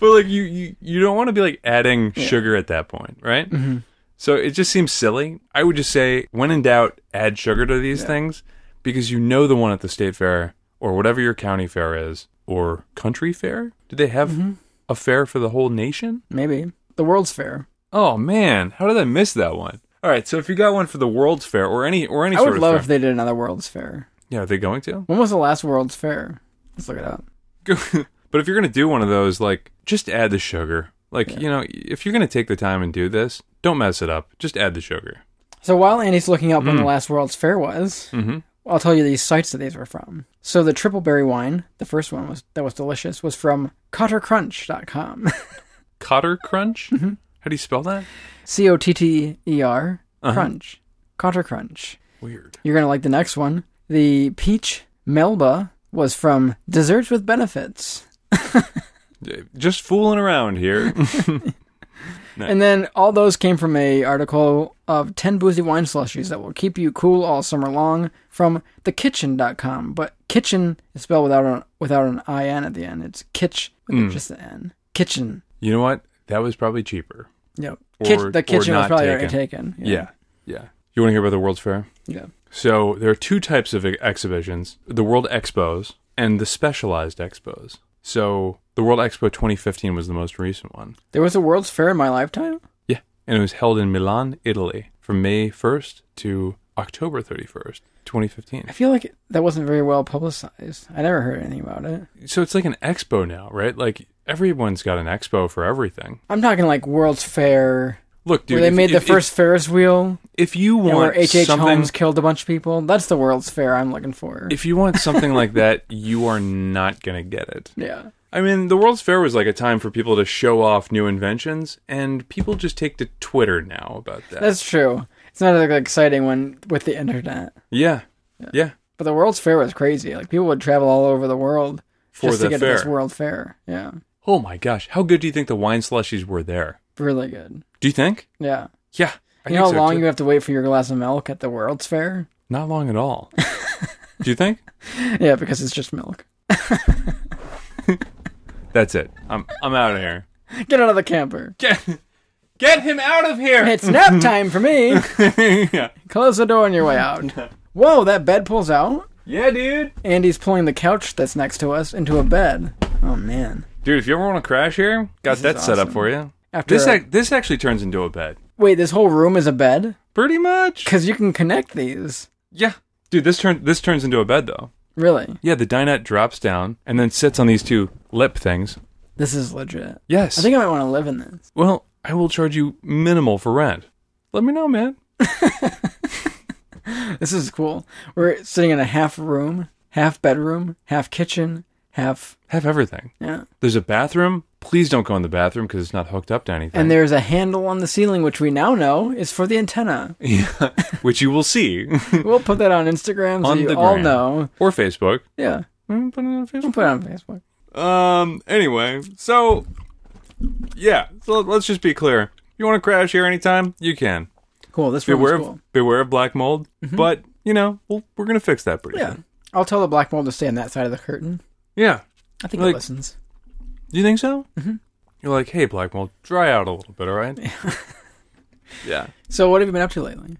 [SPEAKER 1] like you, you, you don't want to be like adding sugar at that point, right? Mm-hmm. So it just seems silly. I would just say, when in doubt, add sugar to these things because you know the one at the state fair or whatever your county fair is or country fair. Do they have
[SPEAKER 2] Mm-hmm.
[SPEAKER 1] a fair for the whole nation?
[SPEAKER 2] Maybe. The World's Fair.
[SPEAKER 1] Oh man, how did I miss that one? All right, so if you got one for the World's Fair or any or any
[SPEAKER 2] I
[SPEAKER 1] sort
[SPEAKER 2] would
[SPEAKER 1] of
[SPEAKER 2] love
[SPEAKER 1] fair,
[SPEAKER 2] if they did another World's Fair.
[SPEAKER 1] yeah, are they going to?
[SPEAKER 2] When was the last World's Fair? Let's look it up.
[SPEAKER 1] Go- but if you're gonna do one of those, like just add the sugar. Like you know, if you're gonna take the time and do this, don't mess it up. Just add the sugar.
[SPEAKER 2] So while Andy's looking up when the last World's Fair was,
[SPEAKER 1] Hmm. Mm-hmm.
[SPEAKER 2] I'll tell you these sites that these were from. So the triple berry wine, the first one was that was delicious, was from cottercrunch.com.
[SPEAKER 1] Cotter crunch. How do you spell that?
[SPEAKER 2] C O T T E R
[SPEAKER 1] Uh-huh.
[SPEAKER 2] crunch. Cotter crunch.
[SPEAKER 1] Weird.
[SPEAKER 2] You're going to like the next one. The peach melba was from Desserts with Benefits.
[SPEAKER 1] Just fooling around here.
[SPEAKER 2] And then all those came from a article of 10 boozy wine slushies that will keep you cool all summer long from thekitchen.com. But kitchen is spelled without an, without an IN at the end. It's kitch with
[SPEAKER 1] Mm.
[SPEAKER 2] just the N. Kitchen.
[SPEAKER 1] you know what? That was probably cheaper.
[SPEAKER 2] Yep.
[SPEAKER 1] Or-
[SPEAKER 2] Kitch,
[SPEAKER 1] or
[SPEAKER 2] the kitchen was
[SPEAKER 1] not
[SPEAKER 2] probably already taken.
[SPEAKER 1] Yeah. Yeah. You want to hear about the World's Fair?
[SPEAKER 2] Yeah.
[SPEAKER 1] So there are two types of e, exhibitions: the World Expos and the specialized expos. So the World Expo 2015 was the most recent one.
[SPEAKER 2] There was a World's Fair in my lifetime?
[SPEAKER 1] Yeah, and it was held in Milan, Italy, from May 1st to October 31st, 2015.
[SPEAKER 2] I feel like that wasn't very well publicized. I never heard anything about it.
[SPEAKER 1] So it's like an expo now, right? Like everyone's got an expo for everything.
[SPEAKER 2] I'm talking like World's Fair
[SPEAKER 1] Look, dude,
[SPEAKER 2] where they
[SPEAKER 1] if-
[SPEAKER 2] made the
[SPEAKER 1] if-
[SPEAKER 2] first Ferris wheel
[SPEAKER 1] If, if you
[SPEAKER 2] and where
[SPEAKER 1] want
[SPEAKER 2] H.H.
[SPEAKER 1] something,
[SPEAKER 2] Holmes killed a bunch of people. That's the World's Fair I'm looking for.
[SPEAKER 1] if you want something like that, you are not gonna get it.
[SPEAKER 2] yeah.
[SPEAKER 1] I mean, the World's Fair was like a time for people to show off new inventions, and people just take to Twitter now about that.
[SPEAKER 2] That's true. It's not like exciting when with the internet.
[SPEAKER 1] yeah, yeah,
[SPEAKER 2] But the World's Fair was crazy. Like people would travel all over the world
[SPEAKER 1] for
[SPEAKER 2] just
[SPEAKER 1] the
[SPEAKER 2] to get
[SPEAKER 1] fair.
[SPEAKER 2] to this World Fair. Yeah.
[SPEAKER 1] oh my gosh, how good do you think the wine slushies were there?
[SPEAKER 2] Really good.
[SPEAKER 1] Do you think?
[SPEAKER 2] Yeah.
[SPEAKER 1] Yeah, I think
[SPEAKER 2] you know how
[SPEAKER 1] so,
[SPEAKER 2] long
[SPEAKER 1] too.
[SPEAKER 2] you have to wait for your glass of milk at the World's Fair?
[SPEAKER 1] Not long at all. Do you think?
[SPEAKER 2] yeah, because it's just milk.
[SPEAKER 1] That's it. I'm I'm out of here.
[SPEAKER 2] Get out of the camper.
[SPEAKER 1] Get get him out of here.
[SPEAKER 2] It's nap time for me.
[SPEAKER 1] yeah.
[SPEAKER 2] Close the door on your way out. Whoa, that bed pulls out.
[SPEAKER 1] yeah, dude.
[SPEAKER 2] Andy's pulling the couch that's next to us into a bed. Oh man.
[SPEAKER 1] Dude, if you ever want to crash here, got that set up
[SPEAKER 2] awesome.
[SPEAKER 1] for you.
[SPEAKER 2] After
[SPEAKER 1] This
[SPEAKER 2] a-
[SPEAKER 1] ac- this actually turns into a bed.
[SPEAKER 2] Wait, this whole room is a bed?
[SPEAKER 1] Pretty much.
[SPEAKER 2] Cuz you can connect these.
[SPEAKER 1] Yeah. Dude, this turn this turns into a bed though.
[SPEAKER 2] Really?
[SPEAKER 1] Yeah, the dinette drops down and then sits on these two lip things.
[SPEAKER 2] This is legit.
[SPEAKER 1] Yes.
[SPEAKER 2] I think I might want to live in this.
[SPEAKER 1] well, I will charge you minimal for rent. Let me know, man.
[SPEAKER 2] This is cool. We're sitting in a half room, half bedroom, half kitchen, half
[SPEAKER 1] Have everything.
[SPEAKER 2] yeah.
[SPEAKER 1] There's a bathroom. Please don't go in the bathroom because it's not hooked up to anything.
[SPEAKER 2] And there's a handle on the ceiling which we now know is for the antenna.
[SPEAKER 1] Yeah, which you will see
[SPEAKER 2] We'll put that on Instagram so
[SPEAKER 1] On
[SPEAKER 2] you
[SPEAKER 1] the
[SPEAKER 2] all
[SPEAKER 1] gram.
[SPEAKER 2] know.
[SPEAKER 1] or Facebook.
[SPEAKER 2] Yeah.
[SPEAKER 1] Mm, Put it on
[SPEAKER 2] We'll
[SPEAKER 1] Facebook.
[SPEAKER 2] put it on Facebook.
[SPEAKER 1] Um. Anyway, so yeah, so let's just be clear. You want to crash here anytime? You can.
[SPEAKER 2] cool. This room
[SPEAKER 1] beware,
[SPEAKER 2] is
[SPEAKER 1] of,
[SPEAKER 2] cool.
[SPEAKER 1] beware of black mold. But you know, we'll, we're gonna fix that pretty
[SPEAKER 2] Yeah.
[SPEAKER 1] soon.
[SPEAKER 2] I'll tell the black mold to stay on that side of the curtain.
[SPEAKER 1] Yeah.
[SPEAKER 2] I think
[SPEAKER 1] Like-
[SPEAKER 2] it listens.
[SPEAKER 1] Do you think so? Mm-hmm. You're like, hey, black mold, dry out a little bit, all right? yeah.
[SPEAKER 2] So what have you been up to lately?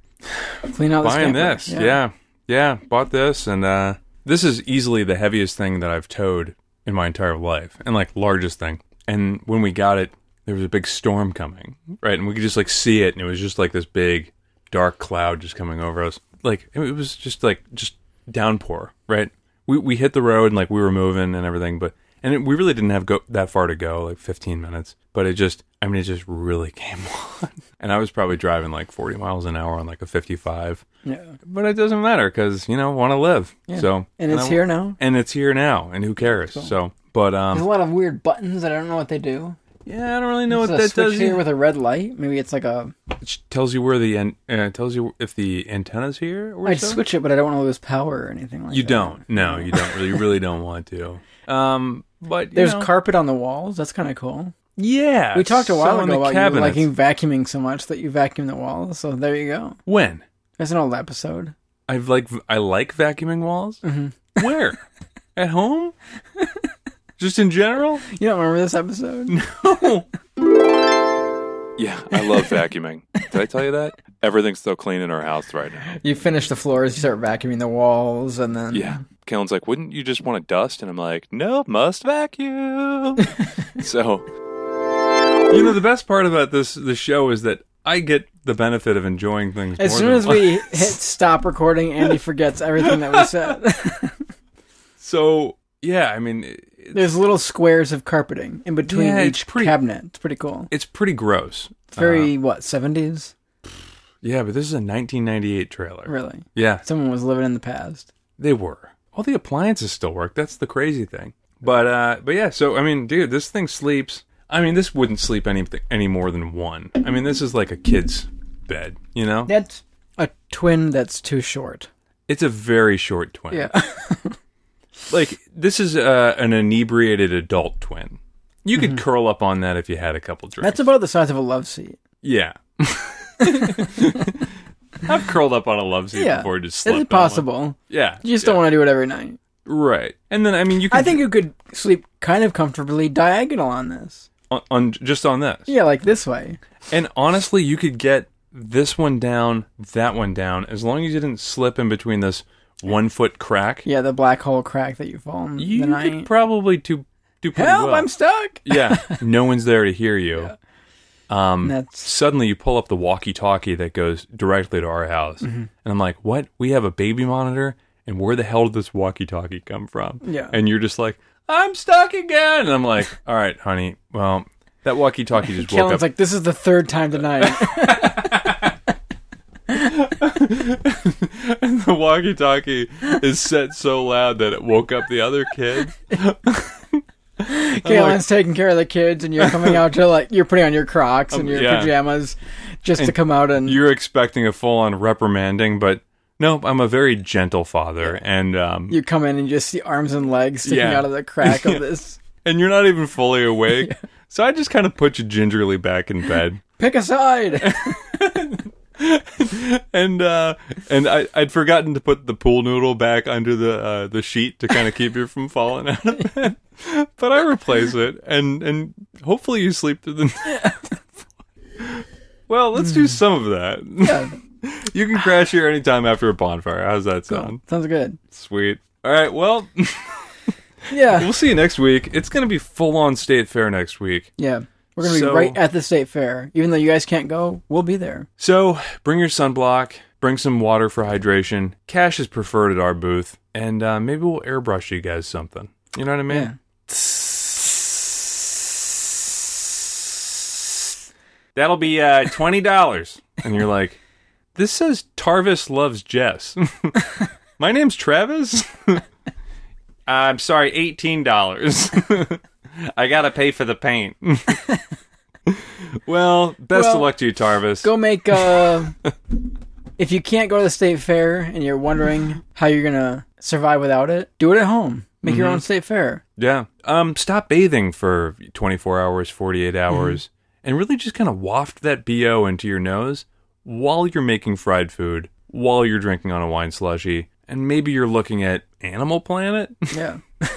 [SPEAKER 2] Clean out this
[SPEAKER 1] Buying
[SPEAKER 2] camper.
[SPEAKER 1] this, yeah. yeah, bought this, and uh, this is easily the heaviest thing that I've towed in my entire life, and like largest thing. And when we got it, there was a big storm coming, right? And we could just like see it, and it was just like this big dark cloud just coming over us. Like it it was just like just downpour, right? We we hit the road and like we were moving and everything, but and it, we really didn't have go that far to go, like 15 minutes. But it just, I mean, it just really came on, and I was probably driving like 40 miles an hour on like a 55
[SPEAKER 2] Yeah.
[SPEAKER 1] but it doesn't matter because you know want to live. So
[SPEAKER 2] And it's
[SPEAKER 1] I-
[SPEAKER 2] here now.
[SPEAKER 1] and it's here now, and who cares? So, but
[SPEAKER 2] There's
[SPEAKER 1] um,
[SPEAKER 2] a lot of weird buttons that I don't know what they do.
[SPEAKER 1] yeah, I don't really know
[SPEAKER 2] Is
[SPEAKER 1] what
[SPEAKER 2] it a
[SPEAKER 1] that
[SPEAKER 2] switch
[SPEAKER 1] does.
[SPEAKER 2] here
[SPEAKER 1] either.
[SPEAKER 2] with a red light. Maybe it's like a.
[SPEAKER 1] It sh- tells you where the an- uh, it tells you if the antenna's here or
[SPEAKER 2] I'd
[SPEAKER 1] so.
[SPEAKER 2] switch it, but I don't want to lose power or anything like
[SPEAKER 1] You
[SPEAKER 2] that.
[SPEAKER 1] don't. No, you don't. Really, you really don't want to. Um, but you
[SPEAKER 2] There's
[SPEAKER 1] know,
[SPEAKER 2] carpet on the walls. That's kind of cool.
[SPEAKER 1] yeah.
[SPEAKER 2] We talked a while
[SPEAKER 1] so in
[SPEAKER 2] ago
[SPEAKER 1] the
[SPEAKER 2] about you
[SPEAKER 1] cabinets.
[SPEAKER 2] liking vacuuming so much that you vacuum the walls. So there you go.
[SPEAKER 1] when
[SPEAKER 2] That's an old episode.
[SPEAKER 1] I've like I like vacuuming walls.
[SPEAKER 2] Mm-hmm.
[SPEAKER 1] Where at home? Just in general.
[SPEAKER 2] You don't remember this episode?
[SPEAKER 1] Yeah, I love vacuuming. Did I tell you that? Everything's so clean in our house right now.
[SPEAKER 2] You finish the floors, you start vacuuming the walls, and then
[SPEAKER 1] Yeah. Kellen's like, wouldn't you just want to dust? And I'm like, no, must vacuum. so, you know, the best part about this the show is that I get the benefit of enjoying things.
[SPEAKER 2] As
[SPEAKER 1] more
[SPEAKER 2] soon
[SPEAKER 1] than
[SPEAKER 2] as we hit stop recording, Andy forgets everything that we said.
[SPEAKER 1] so yeah, I mean, it,
[SPEAKER 2] There's little squares of carpeting in between
[SPEAKER 1] Yeah, it's
[SPEAKER 2] each
[SPEAKER 1] pretty-
[SPEAKER 2] cabinet. It's pretty cool.
[SPEAKER 1] it's pretty gross.
[SPEAKER 2] It's very what 70s,
[SPEAKER 1] Yeah, but this is a 1998 trailer.
[SPEAKER 2] really.
[SPEAKER 1] Yeah,
[SPEAKER 2] Someone was living in the past.
[SPEAKER 1] they were. All the appliances still work. That's the crazy thing. But uh, but yeah, so I mean, dude, this thing sleeps. I mean, this wouldn't sleep anything any more than one. I mean, this is like a kid's bed, you know?
[SPEAKER 2] That's a twin that's too short.
[SPEAKER 1] It's a very short twin.
[SPEAKER 2] Yeah,
[SPEAKER 1] Like this is uh, an inebriated adult twin. You could curl up on that if you had a couple drinks.
[SPEAKER 2] Mm-hmm. that's about the size of a love seat.
[SPEAKER 1] yeah. I've curled up on a love seat
[SPEAKER 2] Yeah,
[SPEAKER 1] before, just slept. on
[SPEAKER 2] It's
[SPEAKER 1] one.
[SPEAKER 2] possible.
[SPEAKER 1] Yeah,
[SPEAKER 2] You just don't want to do it every night.
[SPEAKER 1] right. And then I mean, you could
[SPEAKER 2] I think you could sleep kind of comfortably diagonal on this.
[SPEAKER 1] on, on just on this.
[SPEAKER 2] Yeah, like this way.
[SPEAKER 1] And honestly, you could get this one down, that one down, as long as you didn't slip in between this one foot crack.
[SPEAKER 2] Yeah, the black hole crack that you fall in
[SPEAKER 1] You
[SPEAKER 2] the night.
[SPEAKER 1] could probably do do pretty
[SPEAKER 2] Help!
[SPEAKER 1] well.
[SPEAKER 2] I'm stuck.
[SPEAKER 1] yeah, no one's there to hear you.
[SPEAKER 2] That's
[SPEAKER 1] suddenly you pull up the walkie-talkie that goes directly to our house,
[SPEAKER 2] Mm-hmm.
[SPEAKER 1] and I'm like, "What? We have a baby monitor, and where the hell did this walkie-talkie come from?"
[SPEAKER 2] Yeah.
[SPEAKER 1] and you're just like, "I'm stuck again," and I'm like, "All right, honey, well, that walkie-talkie just woke up."
[SPEAKER 2] Kellen's like, this is the third time tonight.
[SPEAKER 1] the walkie-talkie is set so loud that it woke up the other kid.
[SPEAKER 2] Kellen's taking care of the kids, and you're coming out to like you're putting on your Crocs and
[SPEAKER 1] Um,
[SPEAKER 2] your
[SPEAKER 1] yeah.
[SPEAKER 2] pajamas just to come out and
[SPEAKER 1] You're expecting a full-on reprimanding, but nope, I'm a very gentle father, and um,
[SPEAKER 2] you come in and you just see arms and legs sticking
[SPEAKER 1] Yeah.
[SPEAKER 2] out of the crack of this.
[SPEAKER 1] and you're not even fully awake. So I just kind of put you gingerly back in bed.
[SPEAKER 2] Pick a side.
[SPEAKER 1] and uh, and I, I'd forgotten to put the pool noodle back under the uh, the sheet to kind of keep you from falling out of bed. But I replace it, and and hopefully you sleep through the night. well, let's do some of that. you can crash here anytime after a bonfire. How's that sound?
[SPEAKER 2] Sounds good.
[SPEAKER 1] Sweet. All right. Well,
[SPEAKER 2] Yeah,
[SPEAKER 1] we'll see you next week. It's gonna be full on state fair next week.
[SPEAKER 2] yeah. We're gonna be
[SPEAKER 1] So-
[SPEAKER 2] right at the state fair, even though you guys can't go. We'll be there.
[SPEAKER 1] So bring your sunblock, bring some water for hydration. Cash is preferred at our booth, and uh, maybe we'll airbrush you guys something. You know what I mean?
[SPEAKER 2] Yeah.
[SPEAKER 1] That'll be uh, twenty dollars, and you're like, this says Tarvis loves Jess. My name's Travis. I'm sorry, eighteen dollars. I gotta pay for the paint. well, best
[SPEAKER 2] Well,
[SPEAKER 1] of luck to you, Tarvis.
[SPEAKER 2] Go make uh if you can't go to the state fair and you're wondering how you're gonna survive without it, do it at home. Make
[SPEAKER 1] Mm-hmm.
[SPEAKER 2] your own state fair.
[SPEAKER 1] Yeah. Um, stop bathing for
[SPEAKER 2] Mm-hmm.
[SPEAKER 1] 24 hours, 48 hours, and really just kind of waft that BO into your nose while you're making fried food, while you're drinking on a wine slushy, and maybe you're looking at Animal Planet.
[SPEAKER 2] Yeah.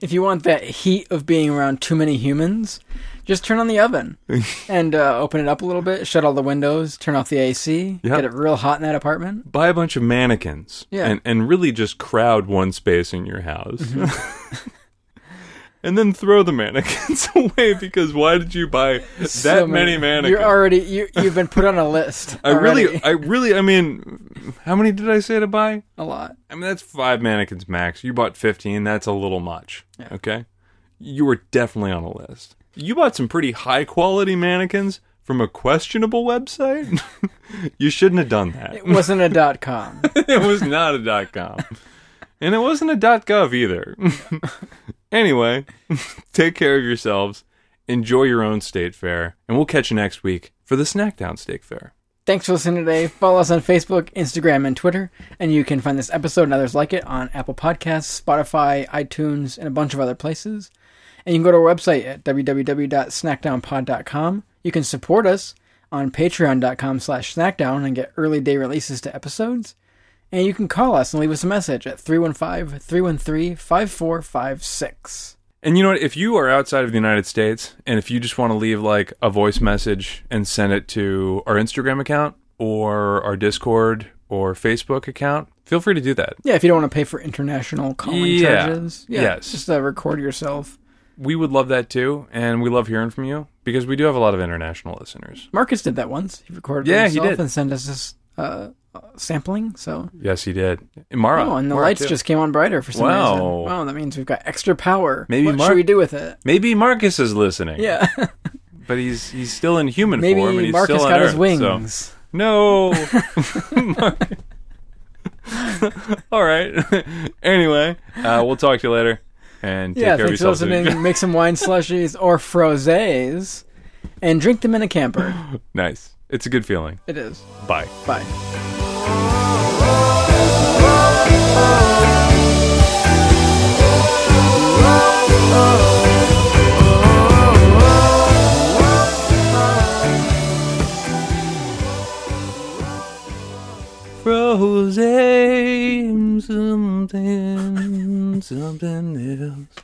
[SPEAKER 2] if you want that heat of being around too many humans, just turn on the oven and uh, open it up a little bit, shut all the windows, turn off the AC,
[SPEAKER 1] Yep.
[SPEAKER 2] get it real hot in that apartment.
[SPEAKER 1] Buy a bunch of mannequins
[SPEAKER 2] Yeah.
[SPEAKER 1] and, and really just crowd one space in your house.
[SPEAKER 2] Mm-hmm.
[SPEAKER 1] and then throw the mannequins away because why did you buy that
[SPEAKER 2] So
[SPEAKER 1] many mannequins?
[SPEAKER 2] You're already you you've been put on a list.
[SPEAKER 1] I really,
[SPEAKER 2] already.
[SPEAKER 1] I really, I mean, how many did I say to buy?
[SPEAKER 2] a lot.
[SPEAKER 1] I mean, that's five mannequins max. You bought 15. That's a little much. Okay. You were definitely on a list. You bought some pretty high quality mannequins from a questionable website. you shouldn't have done that.
[SPEAKER 2] It wasn't a dot com.
[SPEAKER 1] it was not a dot com. And it wasn't a dot gov either. anyway, take care of yourselves. Enjoy your own state fair. And we'll catch you next week for the Snackdown Steak Fair.
[SPEAKER 2] Thanks for listening today. Follow us on Facebook, Instagram, and Twitter. And you can find this episode and others like it on Apple Podcasts, Spotify, iTunes, and a bunch of other places. And you can go to our website at www.snackdownpod.com. You can support us on patreon.com slash snackdown and get early day releases to episodes. And you can call us and leave us a message at 315-313-5456.
[SPEAKER 1] And you know what? If you are outside of the United States and if you just want to leave like a voice message and send it to our Instagram account or our Discord or Facebook account, feel free to do that.
[SPEAKER 2] Yeah, if you don't want to pay for international calling
[SPEAKER 1] Yeah.
[SPEAKER 2] charges.
[SPEAKER 1] Yes.
[SPEAKER 2] Just uh, record yourself.
[SPEAKER 1] We would love that too. And we love hearing from you because we do have a lot of international listeners.
[SPEAKER 2] Marcus did that once. He recorded
[SPEAKER 1] Yeah, he
[SPEAKER 2] himself
[SPEAKER 1] did.
[SPEAKER 2] and sent us this uh, uh, sampling. So
[SPEAKER 1] Yes, he did. And Mara.
[SPEAKER 2] oh, and the
[SPEAKER 1] Mara,
[SPEAKER 2] lights
[SPEAKER 1] too.
[SPEAKER 2] just came on brighter for some
[SPEAKER 1] Wow.
[SPEAKER 2] reason. Wow, that means we've got extra power.
[SPEAKER 1] Maybe
[SPEAKER 2] what
[SPEAKER 1] Mar-
[SPEAKER 2] should we do with it?
[SPEAKER 1] Maybe Marcus is listening.
[SPEAKER 2] Yeah,
[SPEAKER 1] But he's he's still in human form and
[SPEAKER 2] maybe
[SPEAKER 1] he's
[SPEAKER 2] Marcus
[SPEAKER 1] still on
[SPEAKER 2] got
[SPEAKER 1] Earth,
[SPEAKER 2] his
[SPEAKER 1] so-
[SPEAKER 2] wings.
[SPEAKER 1] No. Mar- All right. anyway, uh, we'll talk to you later. And take
[SPEAKER 2] Yeah,
[SPEAKER 1] care of
[SPEAKER 2] thanks for
[SPEAKER 1] yourselves.
[SPEAKER 2] listening. Make some wine slushies or frosés, and drink them in a camper.
[SPEAKER 1] nice. It's a good feeling.
[SPEAKER 2] It is.
[SPEAKER 1] Bye.
[SPEAKER 2] Bye.
[SPEAKER 1] Rose, something, something else.